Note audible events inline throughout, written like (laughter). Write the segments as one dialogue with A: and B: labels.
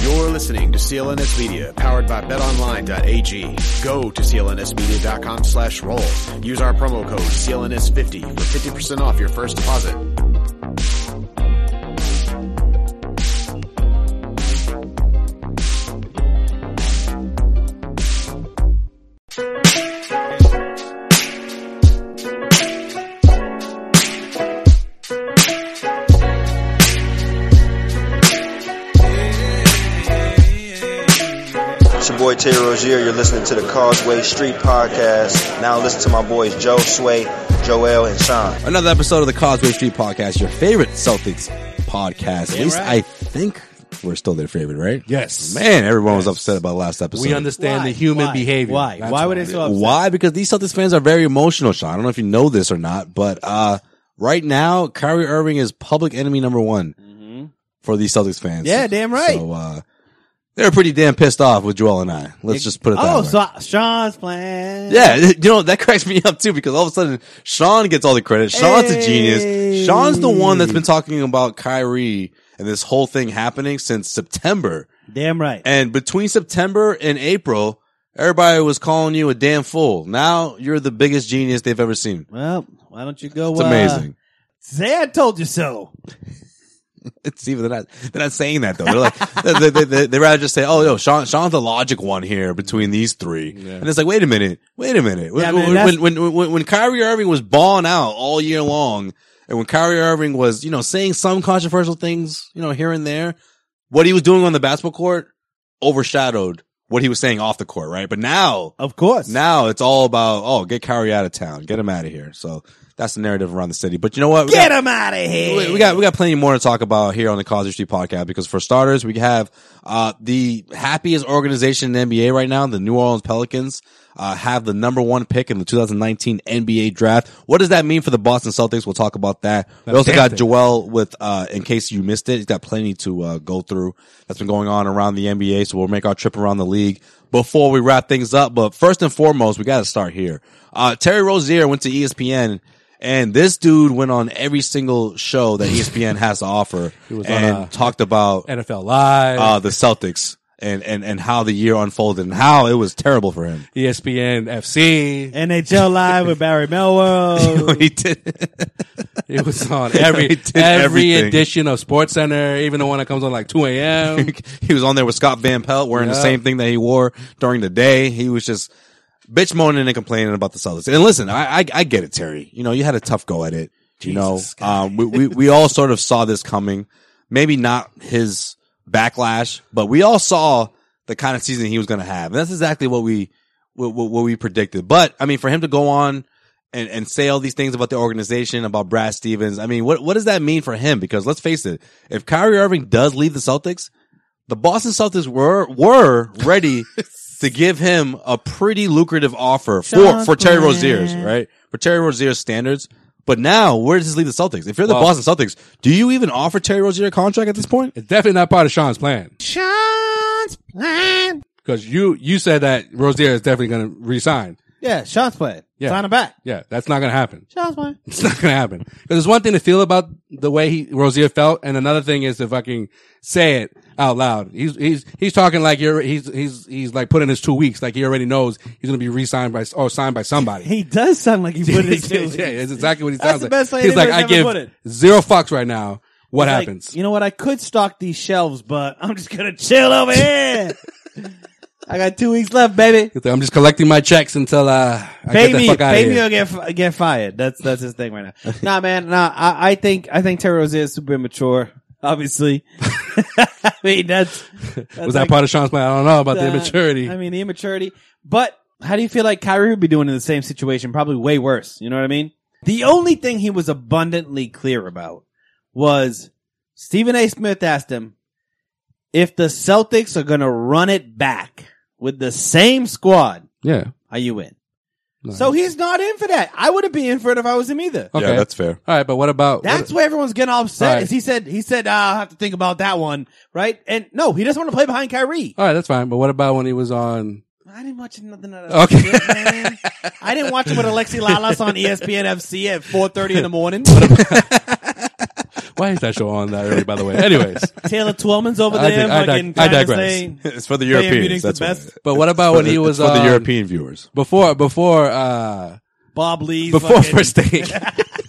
A: You're listening to CLNS Media, powered by BetOnline.ag. Go to clnsmedia.com slash roll. Use our promo code CLNS50 for 50% off your first deposit.
B: It's your boy Terry Rozier. You're listening to the Causeway Street Podcast. Now listen to my boys Joe Sway, Joel, and Sean.
C: Another episode of the Causeway Street Podcast, your favorite Celtics podcast. At least I think we're still their favorite, right?
D: Yes.
C: Man, everyone was upset about last episode.
D: We understand the human
E: Why?
D: behavior.
E: Why?
D: That's
E: why would they so upset?
C: Why? Because these Celtics fans are very emotional, Sean. I don't know if you know this or not, but uh, right now, Kyrie Irving is public enemy number one for these Celtics fans.
E: Mm-hmm. Yeah, damn right.
C: So uh, they're pretty damn pissed off with Joel and I. Let's just put it that
E: Oh,
C: way.
E: so Sean's playing.
C: Yeah, (laughs) you know that cracks me up too because all of a sudden Sean gets all the credit. Sean's a genius. Sean's the one that's been talking about Kyrie and this whole thing happening since September.
E: Damn right.
C: And between September and April, everybody was calling you a damn fool. Now you're the biggest genius they've ever seen.
E: well, why don't you go?
C: It's
E: uh,
C: amazing.
E: Say I told you so.
C: (laughs) It's even they're not they're not saying that though. They're like they, they, they, they rather just say, "Oh no, Sean Sean's the logic one here between these three. And it's like, wait a minute, wait a minute.
E: Yeah, I
C: when,
E: mean, that's-
C: when, when when when Kyrie Irving was balling out all year long, and when Kyrie Irving was you know saying some controversial things you know here and there, what he was doing on the basketball court overshadowed what he was saying off the court, right? But now
E: Of course.
C: now it's all about oh get Kyrie out of town, get him out of here. So that's the narrative around the city. But you know what? We
E: Get
C: got-
E: him out of here.
C: we, we got we got plenty more to talk about here on the Causeway Street podcast because for starters, we have uh, the happiest organization in NBA right now, the New Orleans Pelicans. Uh, have the number one pick in the 2019 NBA draft. What does that mean for the Boston Celtics? We'll talk about that. We also got Joel with, uh, in case you missed it, he's got plenty to uh, go through that's been going on around the NBA. So we'll make our trip around the league before we wrap things up. But first and foremost, we got to start here. Uh, Terry Rozier went to E ESPN and this dude went on every single show that E ESPN has to
D: (laughs)
C: offer
D: was on,
C: and
D: uh,
C: talked about
D: NFL Live,
C: uh, the Celtics and, and, and how the year unfolded and how it was terrible for him.
D: E
C: (laughs)
D: ESPN FC.
E: NHL live with Barry Melrose.
C: he did.
D: It was on every
C: He did
D: every
C: everything.
D: edition of Sports Center, even the one that comes on like two a.m.
C: (laughs) he was on there with Scott Van Pelt wearing the
D: Yeah.
C: same thing that he wore during the day. He was just bitch moaning and complaining about the Celtics. And listen, I, I, I get it, Terry. You know, you had a tough go at it. you know, um, we, we, we all sort of saw this coming. Maybe not his backlash, but we all saw the kind of season he was going to have. And that's exactly what we, what, what what we predicted. But I mean, for him to go on and, and say all these things about the organization, about Brad Stevens, I mean, what, what does that mean for him? Because let's face it, if Kyrie Irving does leave the Celtics, the Boston Celtics were were
D: (laughs)
C: ready to give him a pretty lucrative offer for, for Terry Rozier's, right? For Terry Rozier's standards. But now, where does this leave the Celtics? If you're the
D: Well-
C: Boston Celtics, do you even offer Terry Rozier a contract at this point?
D: It's definitely not part of Sean's plan
E: Sean's playing.
D: because you you said that Rozier is definitely going to resign.
E: Yeah, Sean's playing.
D: Yeah.
E: Sign him back.
D: Yeah, that's not going to happen.
C: (laughs)
E: Sean's playing.
D: It's not going to happen. Because there's one thing to feel about the way he Rozier felt, and another thing is to fucking say it out loud. He's he's he's talking like you're he's he's he's like putting his two weeks, like he already knows he's going to be re-signed by or signed by somebody.
E: He does sound like he put
D: (laughs) yeah,
C: (laughs)
E: his
D: yeah, it's exactly what he
E: That's
D: sounds
E: the
D: like.
E: best way
D: he's like,
E: anyone's
D: I
E: ever put it.
D: give zero fucks right now. What
E: It's like,
D: happens?
E: you know what? I could stock these shelves, but I'm just gonna chill
C: (laughs)
E: over here. I got two weeks left, baby.
D: I'm just collecting my checks until uh, I
E: Baby,
D: get the fuck out
E: baby,
D: of
E: will
D: here.
E: get fi- get fired. That's that's his thing right
D: (laughs)
E: now. nah, man. Nah, I, I think I think Terry Rozier is super immature.
D: (laughs)
E: Obviously, (laughs) I mean that's, that's
D: Was
E: like-
D: that part of Sean's plan? I don't know about the
E: uh,
D: immaturity.
E: I mean, the immaturity. But how do you feel like Kyrie would be doing in the same situation? Probably way worse. You know what I mean? The only thing he was abundantly clear about was Stephen A. Smith asked him if the Celtics are going to run it back with the same squad,
D: yeah.
E: are you in?
D: No.
E: So he's not in for that. I wouldn't be in for it if I was him either.
D: Okay.
C: Yeah, that's fair. (laughs)
D: All right, but what about
E: That's
D: what,
E: why everyone's getting all upset.
D: Right.
E: Is he said he said "Ah, I'll have to think about that one, right? And no, he doesn't want to play behind Kyrie.
D: All right, that's fine. But what about when he was on?
E: I didn't watch nothing out of
D: Okay.
E: shit, man. (laughs) I didn't watch it with Alexi Lalas on E ESPN FC at 4.30 in the morning.
D: Why is that show on that early? By the way, anyways.
E: Taylor Twellman's over
D: I
E: there
D: dig- I
E: fucking
D: dig- I
E: trying to
D: digress.
E: say
D: (laughs)
C: It's for the
E: Bayern
C: Europeans.
E: Munich's the
C: That's what it
E: best.
C: is.
D: But what about
C: For
D: when
C: the-
D: he was
C: it's for
D: um,
C: the European viewers.
D: before before uh
E: Bob Lee's
D: before
E: fucking-
D: first take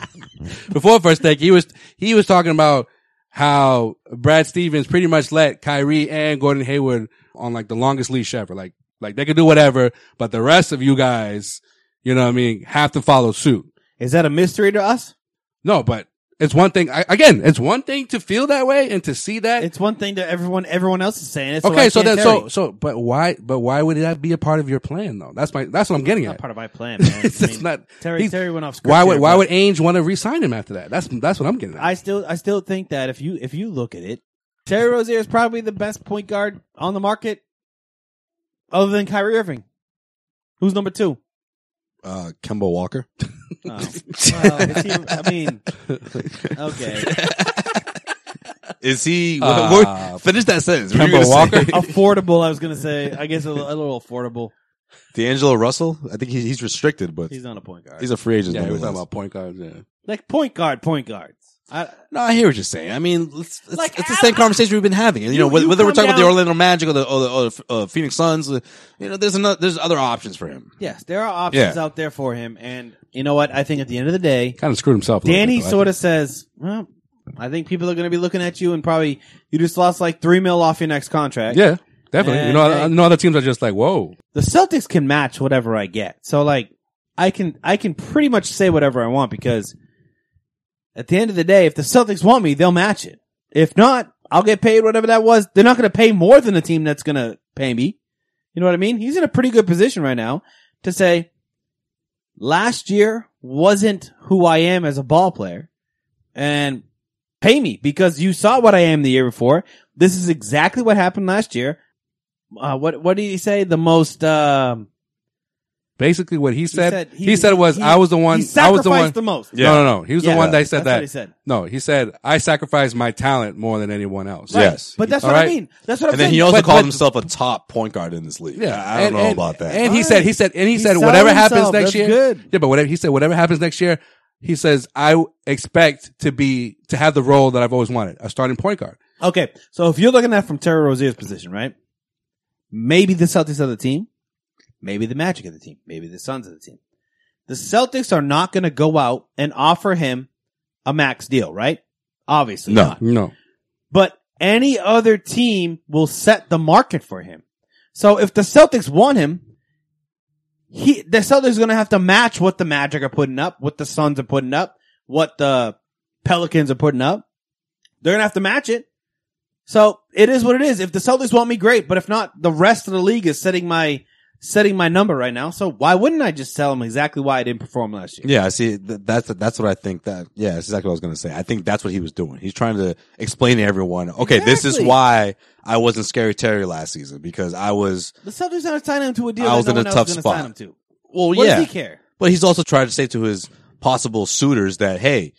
D: (laughs) before first take he was he was talking about how Brad Stevens pretty much let Kyrie and Gordon Hayward on like the longest leash ever like like they could do whatever but the rest of you guys you know what I mean have to follow suit
E: Is that a mystery to us?
D: no but it's one thing I, again it's one thing to feel that way and to see that
E: It's one thing that everyone everyone else is saying. It's
D: okay so then
E: that's
D: so so but why but why would that be a part of your plan though that's my that's what I'm getting
E: not
D: at
E: part of my plan, man.
D: (laughs) It's
E: I
D: just not-
E: Terry,
D: he's-
E: Terry went off script.
D: why would
E: here,
D: why
E: but
D: would Ainge want to re-sign him after that that's that's what I'm getting at
E: I still I still think that if you if you look at it, Terry Rozier is probably the best point guard on the market other than Kyrie Irving. Who's number two?
C: Uh, Kemba Walker.
E: Oh. (laughs) Well, is he, I (laughs) mean, okay.
C: Is
D: (laughs)
C: he?
D: Uh,
C: what- what- finish that sentence. What were you
D: Kemba
C: gonna say? (laughs)
E: (laughs) affordable, I was going to say. I guess a, li- a little affordable.
C: D'Angelo Russell. I think he's, he's restricted, but
E: He's
C: he's,
E: not a point guard.
C: a free agent.
D: Yeah, we're talking
C: nonetheless.
D: about point guards. Yeah.
E: like point guard, point guards. I,
C: No, I hear what you're saying. I mean, it's, it's,
E: Like,
C: it's the
E: I-
C: same conversation we've been having. You, know,
E: You- you
C: whether whether we're
E: come
C: talking about the
E: down-
C: Orlando Magic or the, or the, or the uh, Phoenix Suns, uh, you know, there's another, there's other options for him.
E: yes, there are options
C: Yeah.
E: out there for him. And you know what? I think at the end of the day,
D: Kind of screwed himself.
E: Danny sort of says, well, I think people are going to be looking at you and probably you just lost like three mil off your next contract.
D: Yeah, definitely. you know,
E: Hey, hey.
D: I, know other teams are just like, whoa.
E: the Celtics can match whatever I get. So like I can I can pretty much say whatever I want because at the end of the day, if the Celtics want me, they'll match it. If not, I'll get paid whatever that was. They're not gonna pay more than the team that's gonna pay me. You know what I mean? He's in a pretty good position right now to say last year wasn't who I am as a ball player and pay me because you saw what I am the year before. This is exactly what happened last year uh, what what did he say? The most um,
D: Basically, what he
E: he
D: said, he said, was, I was the one.
E: He
D: I was the one.
E: sacrificed the most.
C: Yeah.
D: No, no, no. He was
E: Yeah.
D: the one that said
E: That's what
D: that.
E: he said.
D: No, he said, I sacrificed my talent more than anyone else.
C: Right. Yes.
E: but that's
D: All
E: what I
D: right.
E: mean. That's what I'm
C: And
E: saying.
C: then he also
D: But-
C: called
D: but-
C: himself a top point guard in this league.
D: Yeah,
C: I don't
D: and-
C: know
D: and-
C: about that.
D: And he said, he said, and he,
E: He
D: said,
E: sold
D: whatever happens
E: himself.
D: next
E: That's
D: year.
E: good.
D: Yeah, but whatever he said, whatever happens next year, he says, I w- expect to be to have the role that I've always wanted, a starting point guard.
E: okay, so if you're looking at it from Terry Rozier's position, right? Maybe the Celtics are the team. Maybe the Magic are the team. Maybe the Suns are the team. The Celtics are not going to go out and offer him a max deal, right? Obviously
C: No.
E: not.
D: No,
E: but any other team will set the market for him. So if the Celtics want him, he the Celtics are going to have to match what the Magic are putting up, what the Suns are putting up, what the Pelicans are putting up. They're going to have to match it. So it is what it is. If the Celtics want me, great. But if not, the rest of the league is setting my setting my number right now. So why wouldn't I just tell them exactly why I didn't perform last year?
C: Yeah, see, th- that's that's what I think. That yeah, that's exactly what I was gonna say. I think that's what he was doing. He's trying to explain to everyone, okay, this is
E: Exactly.
C: why I wasn't scary Terry last season because I was.
E: The Celtics aren't signing him to a deal.
C: I was
E: that no
C: in a
E: one
C: tough
E: else is gonna
C: spot.
E: Sign him to.
C: Well,
E: What
C: yeah,
E: does he care?
C: but he's also trying to say to his possible suitors that hey,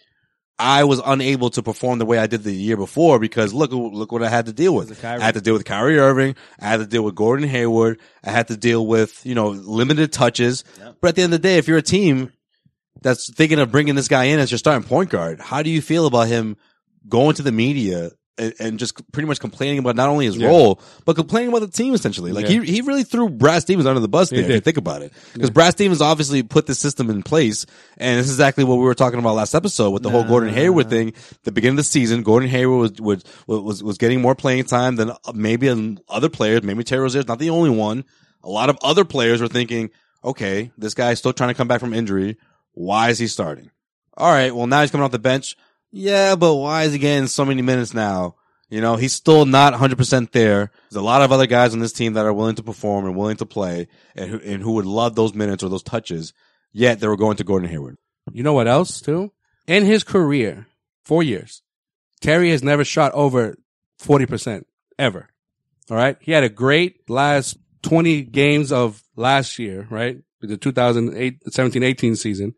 C: I was unable to perform the way I did the year before because look look what I had to deal
E: Because
C: with.
E: of Kyrie.
C: I had to deal with Kyrie Irving. I had to deal with Gordon Hayward. I had to deal with you know limited touches. But at the end of the day, if you're a team that's thinking of bringing this guy in as your starting point guard, how do you feel about him going to the media and, and just pretty much complaining about not only his role but complaining about the team essentially. Like he he really threw Brad Stevens under the bus there. If you
D: did.
C: think about it, because Brad Stevens obviously put this system in place, and this is exactly what we were talking about last episode with the whole Gordon Hayward thing. The beginning of the season, Gordon Hayward was was was, was getting more playing time than uh, maybe other players. Maybe Terry Rozier's not the only one. A lot of other players were thinking, okay, this guy's still trying to come back from injury. Why is he starting? All right, well now he's coming off the bench. Yeah, but why is he getting so many minutes now? You know, he's still not 100% there. There's a lot of other guys on this team that are willing to perform and willing to play and who, and who would love those minutes or those touches, yet they were going to Gordon Hayward.
D: You know what else too? In his career, four years, Terry has never shot over forty percent ever. All right, he had a great last twenty games of last year, right? The 2017-18 season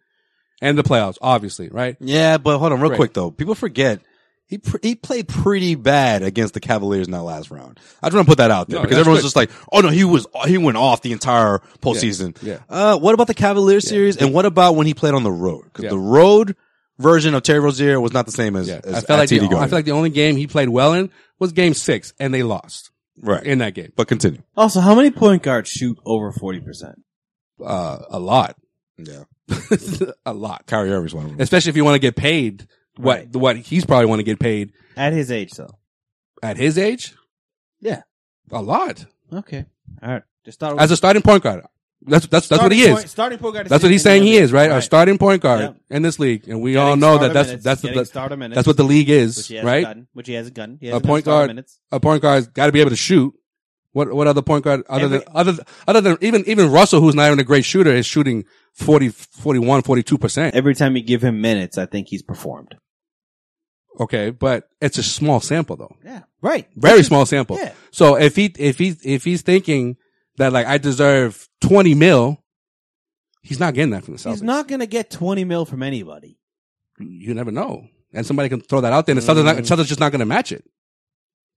D: and the playoffs, obviously, right?
C: Yeah, but hold on real
D: Right.
C: quick though. People forget he pr- he played pretty bad against the Cavaliers in that last round. I just want to put that out there
D: No,
C: because
D: that's
C: everyone's
D: good.
C: just like, "Oh no, he was he went off the entire postseason."
D: Yeah.
C: Uh, what about the Cavaliers series and what about when he played on the road? Because
D: Yeah.
C: the road version of Terry Rozier was not the same as,
D: Yeah,
C: as
D: I felt like
C: at
D: the,
C: TD Garden.
D: I feel like the only game he played well in was Game Six, and they lost
C: right.
D: in that game.
C: but continue.
E: Also, how many point guards shoot over forty percent?
D: Uh, a lot, (laughs)
C: Yeah,
D: a lot,
C: Kyrie Irving's one of them.
D: especially if you want to get paid. What
E: Right.
D: what he's probably want to get paid
E: At his age, though.
D: at his age?
E: Yeah.
D: a lot.
E: Okay. All right. Just thought.
D: as a starting point guard. That's that's that's what he is.
E: Point, starting point guard. is
D: that's what he's saying. He is right, a starting point guard
E: Yep.
D: in this league, and we
E: Getting
D: all know
E: starter
D: that that's
E: minutes,
D: that's
E: getting
D: the,
E: starter minutes,
D: that's what the league
E: which
D: is,
E: he hasn't
D: right?
E: gotten, which he hasn't gotten. He
D: A
E: hasn't gotten
D: point
E: starter
D: guard,
E: minutes.
D: a point guard's got to be able to shoot. What what other point guard other than
E: Every-
D: other th- other than even even Russell, who's not even a great shooter, is shooting 40, 41, 42 percent.
E: Every time you give him minutes, I think he's performed.
D: Okay, but it's a small sample though.
E: Yeah. Right.
D: very small sample.
E: yeah.
D: So if he if he if he's thinking that like I deserve twenty mil, he's not getting that from the Celtics.
E: He's not going to get twenty mil from anybody.
D: You never know, and somebody can throw that out there, and Celtics, not, Celtics just not going to match it.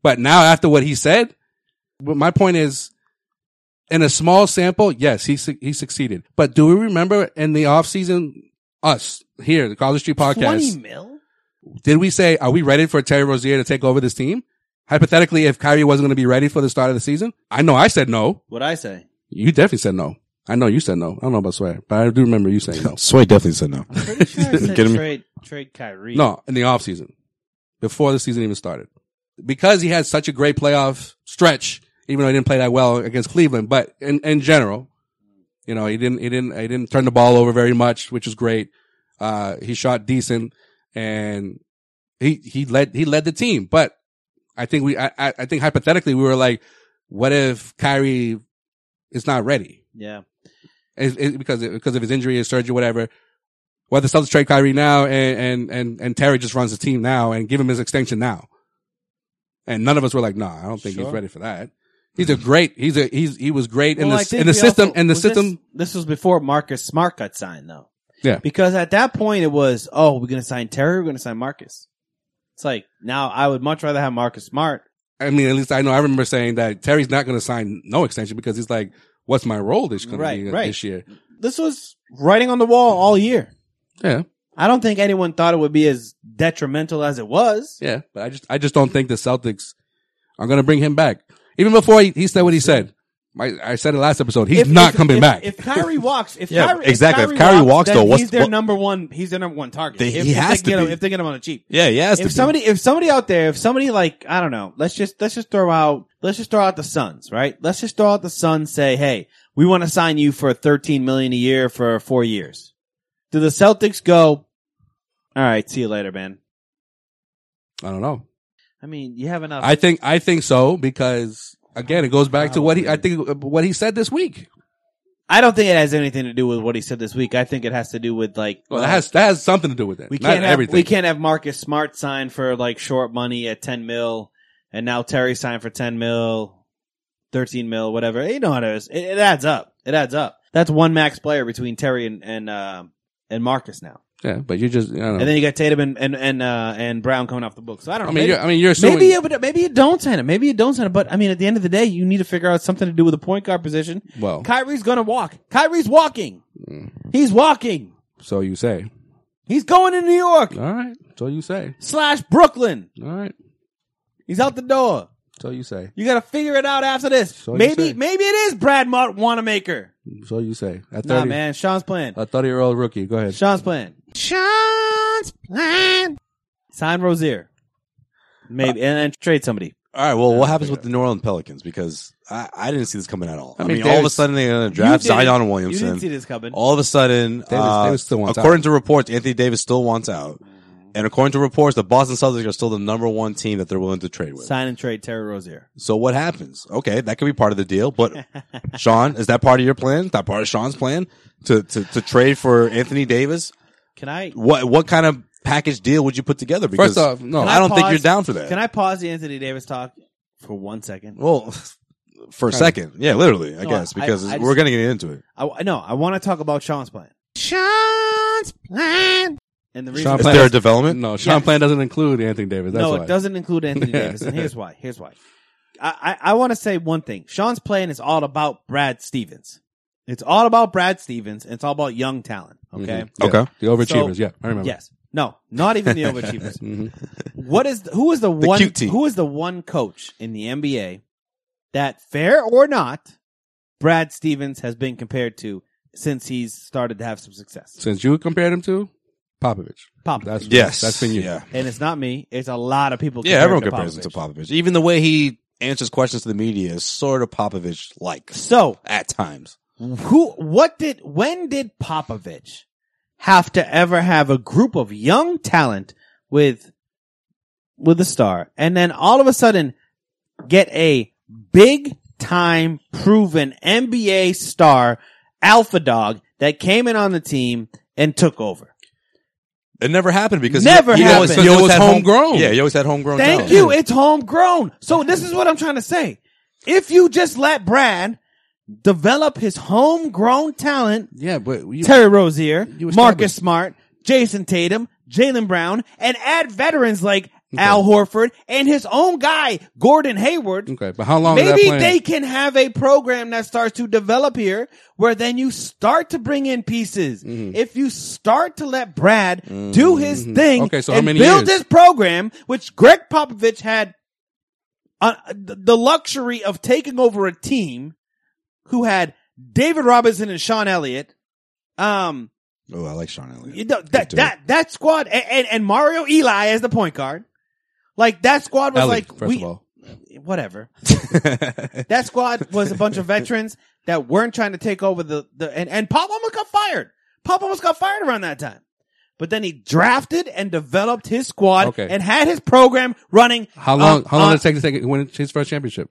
D: But now after what he said, but my point is, in a small sample, yes, he su- he succeeded. But do we remember in the off season us here, the College Street
E: Twenty
D: podcast?
E: mil.
D: Did we say are we ready for Terry Rozier to take over this team? Hypothetically, if Kyrie wasn't going to be ready for the start of the season, I know I said no.
E: What I say?
D: You definitely said no. I know you said no. I don't know about swear, but I do remember
C: (laughs)
D: you saying no.
C: Sway definitely said no.
E: Pretty
D: (laughs)
E: sure I said
C: Get him-
E: trade trade Kyrie.
D: no, in the off season, before the season even started, because he had such a great playoff stretch. Even though he didn't play that well against Cleveland, but in, in general, you know, he didn't he didn't he didn't turn the ball over very much, which is great. Uh, he shot decent and he he led he led the team. But I think we I, I I think hypothetically we were like, what if Kyrie is not ready?
E: Yeah.
D: is, is because because of his injury, his surgery, whatever. Whether Celtics trade Kyrie now and, and and and Terry just runs the team now and give him his extension now, and none of us were like, nah, I don't think he's
E: Sure.
D: ready for that. He's a great. He's a he's he was great in
E: Well, I
D: the
E: think
D: in the
E: we
D: system
E: also-
D: in the
E: was this-
D: system.
E: This, was before Marcus Smart got signed, though.
D: Yeah.
E: Because at that point, it was, oh, we're going to sign Terry, we're going to sign Marcus. It's like, now I would much rather have Marcus Smart.
D: I mean, at least I know I remember saying that Terry's not going to sign no extension because he's like, what's my role this gonna
E: Right,
D: be uh,
E: right.
D: this year?
E: This was writing on the wall all year.
D: Yeah,
E: I don't think anyone thought it would be as detrimental as it was.
D: yeah. But I just I just don't think the Celtics are going to bring him back. Even before he, he said what he said, my, I said it last episode. He's
E: If-
D: not
E: if-
D: coming
E: if-
D: back.
E: If Kyrie walks,
D: (laughs)
E: if
C: Yeah,
E: Kyrie,
C: exactly. If Kyrie walks,
E: then
C: though, what's-
E: he's their
C: what-
E: number one. He's their number one target.
C: They-
E: if,
C: he
E: if they
C: has to
E: get him-
C: be.
E: if they get him on a cheap.
C: Yeah, he has to
E: if
C: be.
E: somebody if somebody out there if somebody like i don't know let's just let's just throw out let's just throw out the suns right let's just throw out the suns say hey we want to sign you for 13 million a year for four years do the celtics go all right see you later man
D: I don't know.
E: i mean you have enough
D: I think I think so because again, it goes back to what he I think what he said this week.
E: i don't think it has anything to do with what he said this week i think it has to do with like
D: Well, that has that has something to do with it.
E: we
D: Not
E: can't have
D: everything.
E: we can't have marcus smart sign for like short money at 10 mil and now terry signed for 10 mil 13 mil, whatever. You know how it is. It, it adds up. It adds up. That's one max player between Terry and and uh, and Marcus now.
D: Yeah, but you just I don't know.
E: And then you got Tatum and and and, uh, and Brown coming off the book. So I don't
D: Oh.
E: know.
D: I mean,
E: maybe,
D: you're, I mean, you're assuming.
E: maybe, you, maybe you don't sign him. Maybe you don't sign him. But I mean, at the end of the day, you need to figure out something to do with the point guard position.
D: well,
E: Kyrie's gonna walk. Kyrie's walking.
D: Mm.
E: He's walking.
D: so you say.
E: He's going to New York
D: All right, so you say.
E: slash Brooklyn.
D: All right,
E: He's out the door.
D: So you say.
E: You got to figure it out after this.
D: So you
E: maybe
D: say.
E: maybe it is Brad Mott Wanamaker.
D: So you say. A 30,
E: Nah, man. Sean's plan.
D: A 30 year old rookie. Go ahead.
E: Sean's plan. Sean's plan. Sign Rozier. Maybe. and then trade somebody.
C: All right. Well, what happens with the New Orleans Pelicans? Because I, I didn't see this coming at all. I,
D: I
C: mean,
D: mean,
C: all of a
D: Davis-
C: sudden they're going to
E: You
C: draft
E: didn't-
C: Zion
E: You didn't see
C: Williamson.
E: this
C: (laughs)
E: coming.
C: All of a sudden, uh,
D: Davis still wants
C: according to reports, Anthony Davis still wants out.
E: Mm-hmm.
C: And according to reports, the Boston Celtics are still the number one team that they're willing to trade with.
E: Sign and trade Terry Rozier.
C: So what happens? Okay, that could be part of the deal.
E: (laughs)
C: But Sean, is that part of your plan? Is that part of Sean's plan to, to, to trade for Anthony Davis?
E: Can I?
C: What what kind of package deal would you put together? Because
D: First off, no.
E: Can
C: I don't think
E: pause-
C: you're down for that.
E: Can I pause the Anthony Davis talk for one second?
C: Well, (laughs) for a second, yeah, literally, I
E: No,
C: guess,
E: I-
C: because
E: I just-
C: we're gonna get into it.
E: I no, I want to talk about Sean's plan. Sean's plan. And the reason
D: Sean
C: Is
D: Plan-
C: there a development?
D: No, Sean Plan doesn't include Anthony Davis. That's
E: no,
D: why.
E: it doesn't include
C: (laughs)
E: Anthony Davis, and here's why. Here's why. I I, I want to say one thing. Sean's plan is all about Brad Stevens. It's all about Brad Stevens, and it's all about young talent.
C: Mm-hmm.
E: Okay.
D: Yeah.
C: Okay.
D: The overachievers.
E: So-
D: yeah, I remember. Mm-hmm.
E: Yes. No, not even
C: (laughs)
E: the overachievers. What is who is the, one
C: cute team.
E: who is the one coach in the NBA that fair or not, Brad Stevens has been compared to since he's started to have some success.
D: Since you compared him to Popovich.
E: Popovich.
D: That's,
C: Yes,
D: That's been you.
C: Yeah,
E: And it's not me, it's a lot of people
C: yeah. Everyone
E: compared
C: compares him to Popovich. Even the way he answers questions to the media is sort of Popovich like
E: So,
C: at times.
E: who what did when did Popovich have to ever have a group of young talent with with a star and then all of a sudden get a big time proven NBA star alpha dog that came in on the team and took over.
C: It never happened because
E: Never
C: he, he always,
E: happened.
C: he always
D: Because it
C: had
D: was
C: home-
D: homegrown.
C: Yeah, he always had
D: Oh,
C: homegrown.
E: Thank
C: talent.
E: you. It's homegrown. So this is what I'm trying to say. If you just let Brad develop his homegrown talent
D: Yeah, but you,
E: Terry Rozier,
D: you established-
E: Marcus Smart, Jason Tatum, Jalen Brown, and add veterans like Al Horford and his own guy, Gordon Hayward.
D: okay, but how long? is that
E: Maybe
D: plan?
E: they can have a program that starts to develop here where then you start to bring in pieces.
D: Mm-hmm.
E: If you start to let Brad do his thing
D: Okay, so how
E: and
D: many
E: build
D: years?
E: this program, which Greg Popovich had uh, th- the luxury of taking over a team who had David Robinson and Sean Elliott. Um,
C: Oh, I like Sean Elliott.
E: you know, that, that, that squad and, and, and Mario Eli as the point guard. Like that squad was
D: Ellie,
E: like,
D: first
E: we,
D: of all. (laughs)
E: whatever. that squad was a bunch of veterans that weren't trying to take over the, the and, and Pop almost got fired. Pop almost got fired around that time. But then he drafted and developed his squad
D: Okay.
E: and had his program running.
D: How long?
E: um,
D: how long
E: on-
D: did it take to take it win his first championship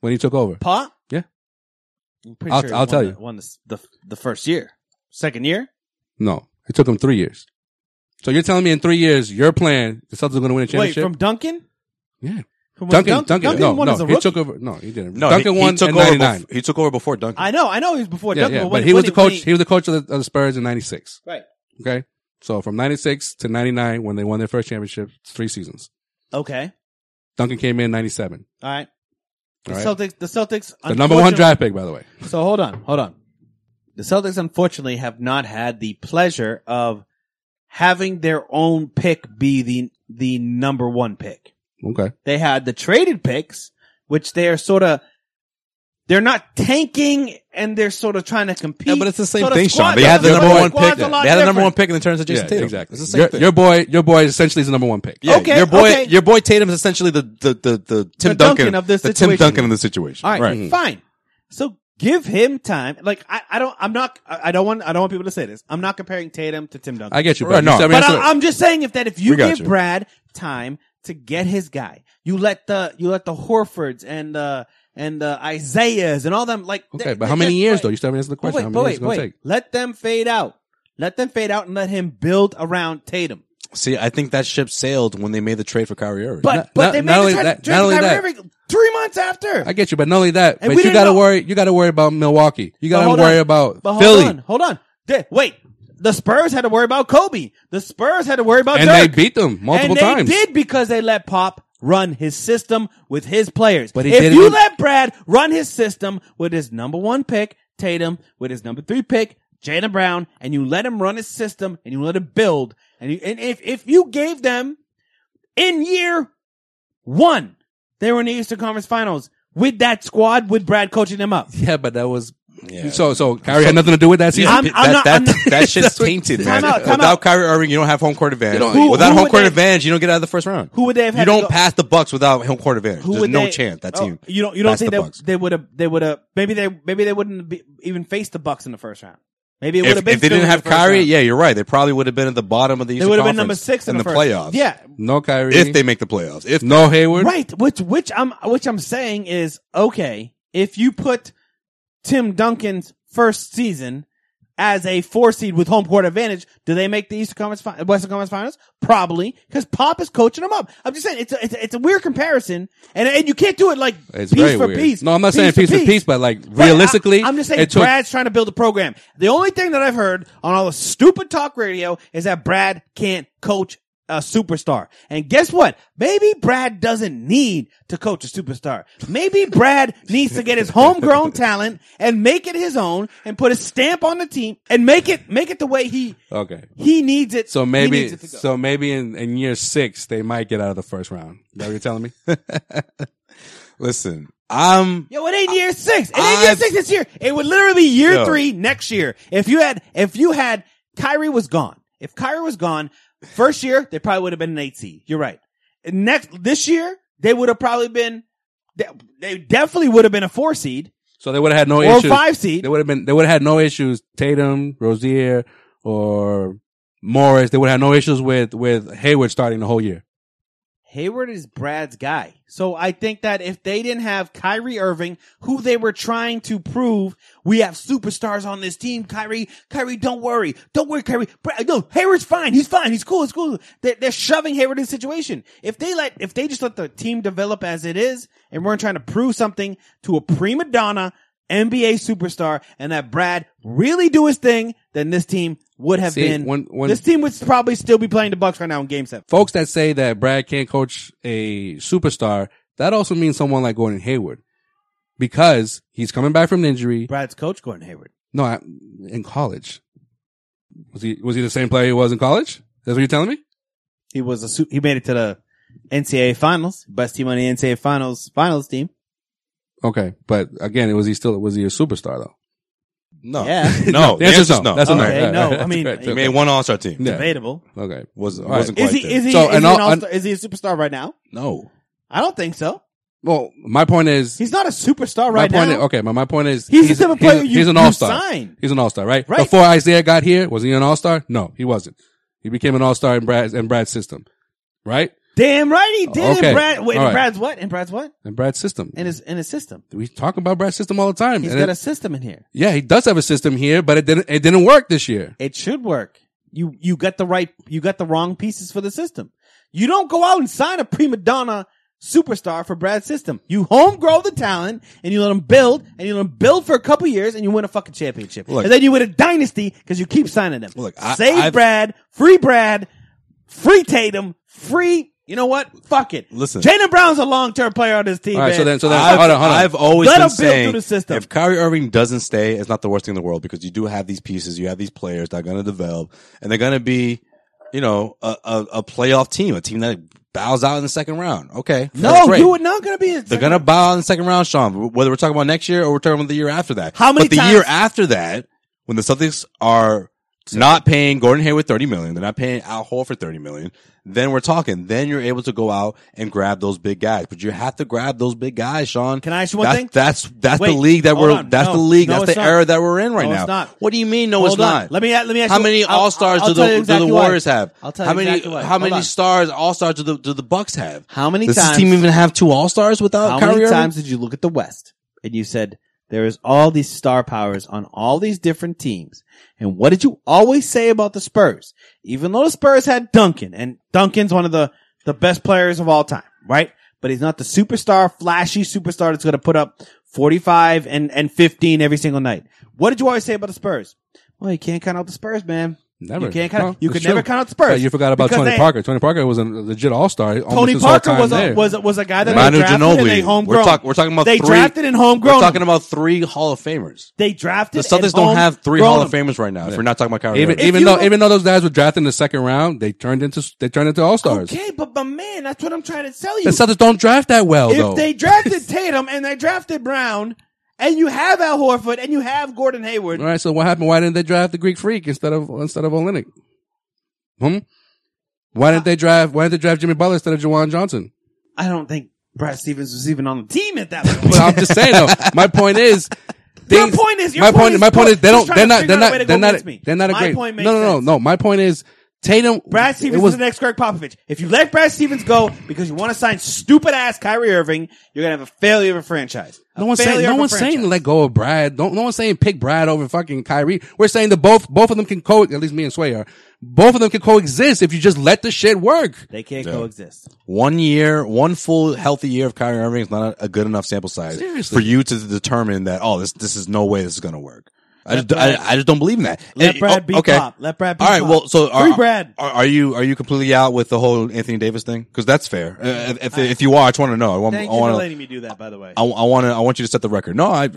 D: when he took over?
E: Pop?
D: Yeah.
E: I'm pretty
D: I'll-
E: sure he
D: I'll
E: won
D: tell
E: the-
D: you.
E: Won the, the, the first year. Second year?
D: No, it took him three years. So you're telling me in three years, your plan, the Celtics are going to win a
E: Wait,
D: championship?
E: from Duncan?
D: yeah,
E: From when
D: Duncan,
E: Dunk-
D: Duncan, no,
E: won
D: no,
E: as a
D: he
E: rookie?
D: took over. No, he didn't.
C: No,
D: Duncan
C: he,
D: won
C: he took
D: in
C: over.
D: '99.
C: Before, he took over before Duncan.
E: I know, I know he was before
D: Yeah,
E: Duncan.
D: yeah,
E: but,
D: but
E: when-
D: he was
E: when
D: the coach.
E: when
D: He was the coach of the, of the Spurs in '96.
E: right.
D: Okay, so from '96 to '99, when they won their first championship, it's three seasons.
E: Okay.
D: Duncan came in '97.
E: All right. The
D: All right.
E: Celtics, the Celtics,
D: The number one
E: unfortunately-
D: draft pick, by the way.
E: So hold on, hold on. The Celtics unfortunately have not had the pleasure of having their own pick be the the number one pick.
D: Okay,
E: They had the traded picks, which they are sort of they're not tanking and they're sort of trying to compete.
C: Yeah, but it's the same
E: So
C: thing, Sean.
E: squad-
C: They had the
E: squad-
C: number one
E: squad's
C: pick.
E: a lot
C: They had the number one
E: different.
C: pick, and it turns to Jason
D: yeah,
C: Tatum.
D: exactly.
C: It's the same
D: your,
C: thing.
D: your boy, your boy, essentially is the number one pick.
C: Yeah,
E: Okay,
C: your boy,
E: okay.
C: your boy Tatum is essentially the the the, the Tim
E: The
C: Duncan,
E: Duncan of this
C: the Tim
E: situation.
C: Duncan of the situation.
E: All right, Mm-hmm. fine. So give him time. Like I, I don't, I'm not, I I don't want, I don't want people to say this. I'm not comparing Tatum to Tim Duncan.
D: I get you,
C: Right,
D: but
C: no.
D: no,
E: but I, I'm just saying if that if you
C: We got
E: give
C: you.
E: Brad time to get his guy, you let the you let the Horfords and the and the Isaiahs and all them like
D: okay, but how many years though? You still haven't answered the
E: But
D: question.
E: wait,
D: how
E: but
D: many years
E: wait,
D: it's gonna
E: wait.
D: take?
E: Let them fade out. Let them fade out and let him build around Tatum.
C: See, I think that ship sailed when they made the trade for Kyrie Irving.
E: But
D: Not-
E: but
D: not-
E: they made
D: not
E: the
D: only
E: trade-
D: that-
E: trade
D: not
E: for
D: only
E: Kyrie
D: that.
E: Irving three months after.
D: I get you, but not only that,
E: And we
D: but you
E: didn't
D: gotta
E: know-
D: worry. You gotta worry about Milwaukee. You
E: But
D: gotta
E: hold
D: worry
E: on.
D: about
E: but hold
D: Philly,
E: on, hold on. They- wait, the Spurs had to worry about Kobe. The Spurs had to worry about
D: and
E: Dirk.
D: they beat them multiple
E: and
D: times.
E: They did because they let Pop run his system with his players.
D: But
E: But
D: he
E: if
D: didn't
E: you
D: in-
E: let Brad run his system with his number one pick, Tatum, with his number three pick, Jalen Brown, and you let him run his system and you let him build, and you and if if you gave them in year one They were in the Eastern Conference Finals with that squad with Brad coaching them up.
D: Yeah, but that was so so. Kyrie had nothing to do with that season.
E: I'm-
C: that,
E: not-
C: that,
E: I'm not-
C: (laughs) that shit's
D: That's what-
C: tainted,
E: Time
C: man.
E: out, time
C: Without
E: out.
C: Kyrie Irving, you don't have home court advantage.
D: don't- Who-
C: without
E: who
C: home
E: would
C: court
E: they-
C: advantage, you don't get out of the first round.
E: Who would they have had
C: You
E: to
C: don't
E: go-
C: pass the Bucks without home court advantage.
E: Who
C: There's
E: would
C: no
E: they-
C: chance that
E: Oh,
C: team.
E: you don't. You don't
C: passed
E: think
C: the
E: that
C: Bucks.
E: they would have? They would have. Maybe they. Maybe they wouldn't be, even face the Bucks in the first round. Maybe it would
C: if,
E: have been.
C: if they
E: still
C: didn't
E: in
C: have
E: the first
C: Kyrie,
E: round.
C: yeah, you're right. They probably would have been at the bottom of the
E: they
C: Eastern
E: would have been
C: Conference
E: number six in,
C: in the,
E: first.
C: playoffs.
E: Yeah,
D: no Kyrie.
C: if they make the playoffs. If
D: no Hayward.
E: right. Which which I'm which I'm saying is okay. If you put Tim Duncan's first season as a four seed with home court advantage, do they make the Eastern Conference fin- Western Conference Finals? Probably because Pop is coaching them up. I'm just saying it's a, it's a, it's a weird comparison, and and you can't do it like
D: It's
E: piece
D: very
E: for
D: weird.
E: piece.
D: No, I'm not saying piece for piece, but, like,
E: Right, I-
D: realistically,
E: I'm just saying
D: it took-
E: Brad's trying to build a program. The only thing that I've heard on all the stupid talk radio is that Brad can't coach a superstar. And guess what? Maybe Brad doesn't need to coach a superstar. Maybe Brad needs to get his homegrown talent and make it his own and put a stamp on the team and make it make it the way he
D: Okay.
E: he needs it.
D: So
E: he
D: maybe
E: needs it to go.
D: so maybe in, in year six they might get out of the first round. Is that what you're telling me? (laughs)
C: listen, I'm
E: Yo, it ain't year six. It ain't year
C: I've-
E: six this year. It would literally be year
C: Yo.
E: three next year. If you had, if you had Kyrie was gone. If Kyrie was gone, first year they probably would have been an eight seed. You're right. Next this year they would have probably been. They, they definitely would have been a four seed
D: So they would have had no
E: or a
D: issues.
E: five seed.
D: They would have been. They would have had no issues. Tatum, Rozier, or Morris. They would have had no issues with with Hayward starting the whole year.
E: Hayward is Brad's guy. So I think that if they didn't have Kyrie Irving, who they were trying to prove, we have superstars on this team. Kyrie, Kyrie, don't worry. Don't worry, Kyrie. Brad, no, Hayward's fine. He's fine. He's cool. It's cool. They're, they're shoving Hayward in the situation. If they let, if they just let the team develop as it is and weren't trying to prove something to a prima donna NBA superstar and that Brad really do his thing, then this team would have
D: See,
E: been,
D: when- when-
E: this team would probably still be playing the Bucks right now in game seven.
D: Folks that say that Brad can't coach a superstar, that also means someone like Gordon Hayward, because he's coming back from an injury.
E: Brad's coach, Gordon Hayward.
D: No, I, in college, was he was he the same player he was in college? That's what you're telling me.
E: He was a su- he made it to the NCAA finals, best team on the NCAA finals finals team.
D: Okay, but again, was he still was he a superstar though? Oh.
C: no,
D: (laughs)
E: Yeah.
C: no. Oh, The answer's no.
D: That's a no.
E: Okay,
D: Right,
E: no,
D: right,
E: I
D: (laughs)
E: mean,
D: right,
C: He
E: okay.
C: made one All Star team.
D: Yeah.
E: Debatable.
D: Okay.
C: Was
D: All right.
C: wasn't
E: Is
C: quite
E: he
C: there.
E: is he,
D: So,
E: is,
D: and
E: he an
D: all-
E: all-star- is he a superstar right now?
C: no.
E: I don't think so.
D: Well, my point is,
E: He's not a superstar
D: my
E: right
D: point.
E: now.
D: Is, okay, my, my point is,
E: He's the type of player
D: he's,
E: you-
D: he's an
E: you
D: all star.
E: sign.
D: He's an all star, right?
E: Right.
D: Before Isaiah got here, was he an all star? No, he wasn't. He became an all star in Brad's in Brad's system, right?
E: Damn right he did.
D: Okay.
E: And Brad, wait, and
D: All right.
E: Brad's what? And Brad's what?
D: In Brad's system,
E: In his in his system.
D: we talk about Brad's system all the time.
E: He's
D: And
E: got
D: it-
E: a system in here.
D: yeah, he does have a system here, but it didn't it didn't work this year.
E: It should work. You you got the right you got the wrong pieces for the system. You don't go out and sign a prima donna superstar for Brad's system. You home grow the talent and you let them build and you let them build for a couple years and you win a fucking championship.
C: Look.
E: and then you win a dynasty because you keep signing them.
C: Look, I-
E: save
C: I've-
E: Brad, free Brad, free Tatum, free. You know what? Fuck it.
C: Listen.
E: Jalen Brown's a long term player on this team.
D: All right, so
E: man.
D: then so then
C: I've,
D: hold on, hold on.
C: I've always
E: Let
C: been
E: him build
C: saying
E: through the system.
C: if Kyrie Irving doesn't stay, it's not the worst thing in the world because you do have these pieces, you have these players that are going to develop, and they're going to be, you know, a, a, a playoff team, a team that bows out in the second round. Okay, that's
E: no,
C: great.
E: you were not going to be.
C: They're gonna bow out in the second round, Sean. Whether we're talking about next year or we're talking about the year after that.
E: How many
C: But the
E: times-
C: year after that, when the Celtics are not paying Gordon Hayward thirty million, they're not paying Al Horford thirty million. Then we're talking. Then you're able to go out and grab those big guys, but you have to grab those big guys, Sean.
E: Can I ask you one
C: That's-
E: thing?
C: That's that's the
E: Wait,
C: league that
E: hold
C: we're
E: on.
C: that's
E: No,
C: the league
E: no,
C: that's
E: it's
C: the
E: not.
C: era that we're in right
E: No,
C: now.
E: it's not.
C: What do you mean? No,
E: Hold
C: it's
E: on.
C: not.
E: Let me- let me ask
C: How
E: you-
C: many
E: I'll-
C: All Stars
E: I'll
C: do
E: tell you
C: the do
E: exactly
C: the
E: why.
C: Warriors have?
E: I'll tell
C: how
E: you
C: many
E: exactly why.
C: how
E: Hold
C: many
E: on.
C: stars All Stars do the do the Bucks have?
E: How many
C: Does
E: times
C: this team even have two All Stars without
E: How
C: Kyrie
E: many
C: Irving?
E: times did you look at the West and you said there is all these star powers on all these different teams? And what did you always say about the Spurs? Even though the Spurs had Duncan, and Duncan's one of the the best players of all time, right? But he's not the superstar, flashy superstar that's going to put up 45 and, and 15 every single night. What did you always say about the Spurs? Well, you can't count out the Spurs, man.
D: Never.
E: You can't count.
D: No,
E: you
D: it's
E: could never
D: true.
E: count out Spurs.
D: But you forgot about
E: because
D: Tony
E: they-
D: Parker. Tony Parker was a legit all star.
E: Tony Parker was a, was a, was a guy that
C: Manu
E: they drafted and they
C: Ginobili.
E: homegrown.
C: We're, talk, we're talking about
E: they
C: three.
E: drafted and homegrown.
C: We're talking about three Hall of Famers.
E: they drafted.
C: The Celtics
E: and
C: don't have three
E: homegrown
C: Hall of
E: him.
C: Famers right now. If we're not talking about Kyrie
D: even
C: Irving.
E: Oh, If
D: even
E: you
D: though
E: look-
D: even though those guys were drafted in the second round, they turned into they turned into all stars.
E: Okay, but but man, that's what I'm trying to tell you.
D: The Celtics don't draft that well
E: if
D: though.
E: they drafted Tatum and they drafted Brown, and you have Al Horford and you have Gordon Hayward,
D: all right, so what happened? Why didn't they draft the Greek Freak instead of instead of Olenek? Hmm. Why didn't they draft? Why didn't they draft Jimmy Butler instead of Jawan Johnson?
E: I don't think Brad Stevens was even on the team at that
C: (laughs)
E: point.
D: But I'm just
E: (laughs)
D: saying though. My point is.
E: Your
D: things-
E: point is- your
D: my
E: point is
D: my point is they
E: just
D: don't
E: trying to
D: they're not
E: figure
D: they're
E: out a way to go
D: not they're not
E: against me.
D: they're not a
E: My
D: great
E: point makes
D: no no no
E: sense.
D: no my point is Tatum
C: (laughs)
E: Brad
D: it
E: Stevens
D: was
E: is the next Greg Popovich. If you let Brad Stevens go because you want to sign stupid ass Kyrie Irving, you're gonna have a failure of a franchise. A
D: No one's
E: failure
D: saying no
E: of a
D: one's
E: franchise.
D: saying let go of Brad. Don't no one's saying pick Brad over fucking Kyrie. We're saying that both both of them can co at least me and Sway are. Both of them can coexist if you just let the shit work.
E: they can't coexist.
C: One year, one full healthy year of Kyrie Irving is not a, a good enough sample size
D: Seriously.
C: for you to determine that. Oh, this this is no way this is going to work. I just, I, I just don't believe in that.
E: Let
C: And-
E: Brad
C: oh,
E: be Pop. Let Brad be
C: All right.
E: Pop.
C: Well, so are,
E: Free Brad.
C: Are, are you are you completely out with the whole Anthony Davis thing? Because that's fair. Uh, if, if, if you are, I just want to know. I want.
E: Thank
C: I
E: you for
C: want to.
E: letting me do that. By the way,
C: I, want to. I want you to set the record. No, I.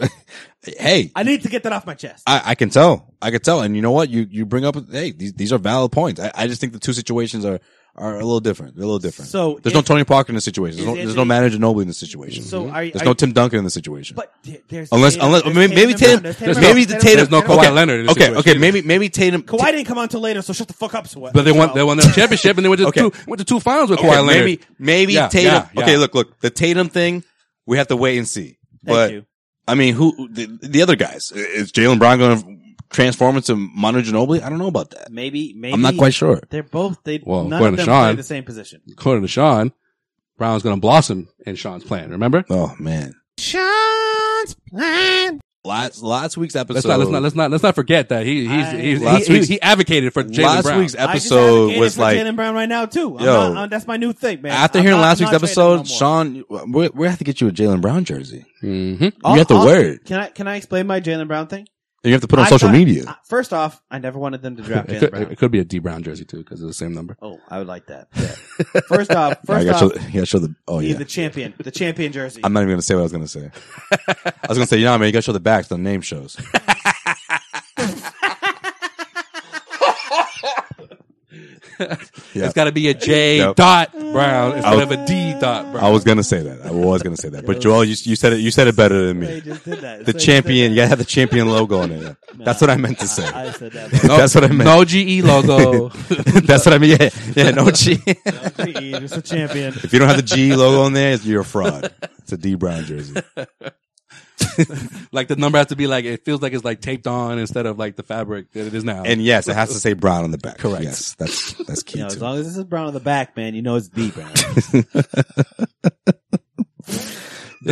C: (laughs) hey,
E: I need to get that off my chest.
C: I, I can tell. I can tell. And you know what? You you bring up hey, these, these are valid points. I, I just think the two situations are are a little different. They're a little different.
E: So
C: there's no
E: if-
C: Tony Parker in the situation. There's no,
E: is
C: there's no
E: Anthony-
C: manager Noble in the situation.
E: So are-
C: there's
E: are-
C: no Tim Duncan in the situation.
E: but there- there's
C: unless
E: Tatum,
C: unless
E: there's
C: maybe, maybe Tatum,
E: and Brown,
C: maybe
E: there's
C: the
E: Brown,
C: Tatum
E: there's
D: no
E: Brown.
D: Kawhi
C: okay,
D: Leonard in the
C: Okay,
D: situation
C: okay, maybe maybe Tatum.
E: Kawhi didn't come on till later, so shut the fuck up. So what?
D: But they
E: So-
D: won
C: (laughs)
D: they won their championship and they went to
C: Okay.
D: two went to two finals with
C: okay,
D: Kawhi Leonard.
C: maybe maybe
D: Yeah,
C: Tatum.
D: yeah, yeah.
C: Okay, look look the Tatum thing. We have to wait and see.
E: Thank
C: but
E: you.
C: I mean, who the, the other guys? Is Jalen Brown going to transform into Manu Ginobili? I don't know about that.
E: Maybe, maybe
C: I'm not quite sure.
E: They're both. They
D: Well,
E: none of
D: according
E: them
D: to Sean-
E: play the same position.
D: According to Sean, Brown's gonna blossom in Sean's plan. Remember?
C: Oh man. Last last week's episode.
D: Let's not let's not let's not let's not forget that he he's,
E: I-
D: he's,
C: Last
D: he, he,
C: week's-
D: he advocated for Jalen
C: last
D: Brown.
C: week's
E: I just
C: episode
E: advocated
C: was
E: for
C: like
E: Jalen Brown right now too. I'm
C: Yo.
E: not- uh, that's my new thing, man.
C: after
E: I'm
C: hearing
E: not-
C: last
E: I'm
C: week's
E: not trading
C: episode,
E: no more.
C: Sean, we we have to get you a Jalen Brown jersey.
D: Mhm.
C: you have to
E: I'll-
C: wear it.
E: Can I can I explain my Jalen Brown thing?
C: And you have to put it on
E: I
C: social
E: thought-
C: media.
E: uh, first off, I never wanted them to draft
D: It
E: Jalen
D: could,
E: Brown.
D: it could be a D Brown jersey too because it's the same number.
E: Oh, I would like that.
C: (laughs)
E: Yeah. First off,
C: Yeah, I
E: first
C: gotta
E: off,
C: show, yeah, show the. Oh
E: he's
C: yeah.
E: the champion, the champion jersey.
C: I'm not even gonna say what I was gonna say. I was gonna say, you know, what, man, you gotta show the back. The name shows. Yeah.
D: It's got to be a J
C: Yep.
D: dot Brown instead
C: I'll-
D: of a D dot
C: (laughs)
D: Brown.
C: I was gonna say that. I was gonna say that. But Joel, you, you said it. You said it better than
E: They
C: me.
E: just did that.
C: The
E: They
C: champion. You
E: did
C: gotta have the champion logo on (laughs) it. That's what I meant to say.
E: that. I said that.
C: That's what I meant. (laughs)
D: No GE logo.
C: That's what I mean. Yeah, yeah (laughs) no (laughs) G.
E: He's the
C: (laughs)
E: champion.
C: if you don't have the G logo on there, you're a fraud. It's a D Brown jersey.
D: (laughs) like the number has to be like it feels like it's like taped on instead of like the fabric that it is now.
C: And yes, it has to say Brown on the back.
D: Correct.
C: Yes, that's that's key
E: You know, as
C: too.
E: long as this is Brown on the back, man, you know it's the
C: (laughs)
E: Brown.
D: yeah,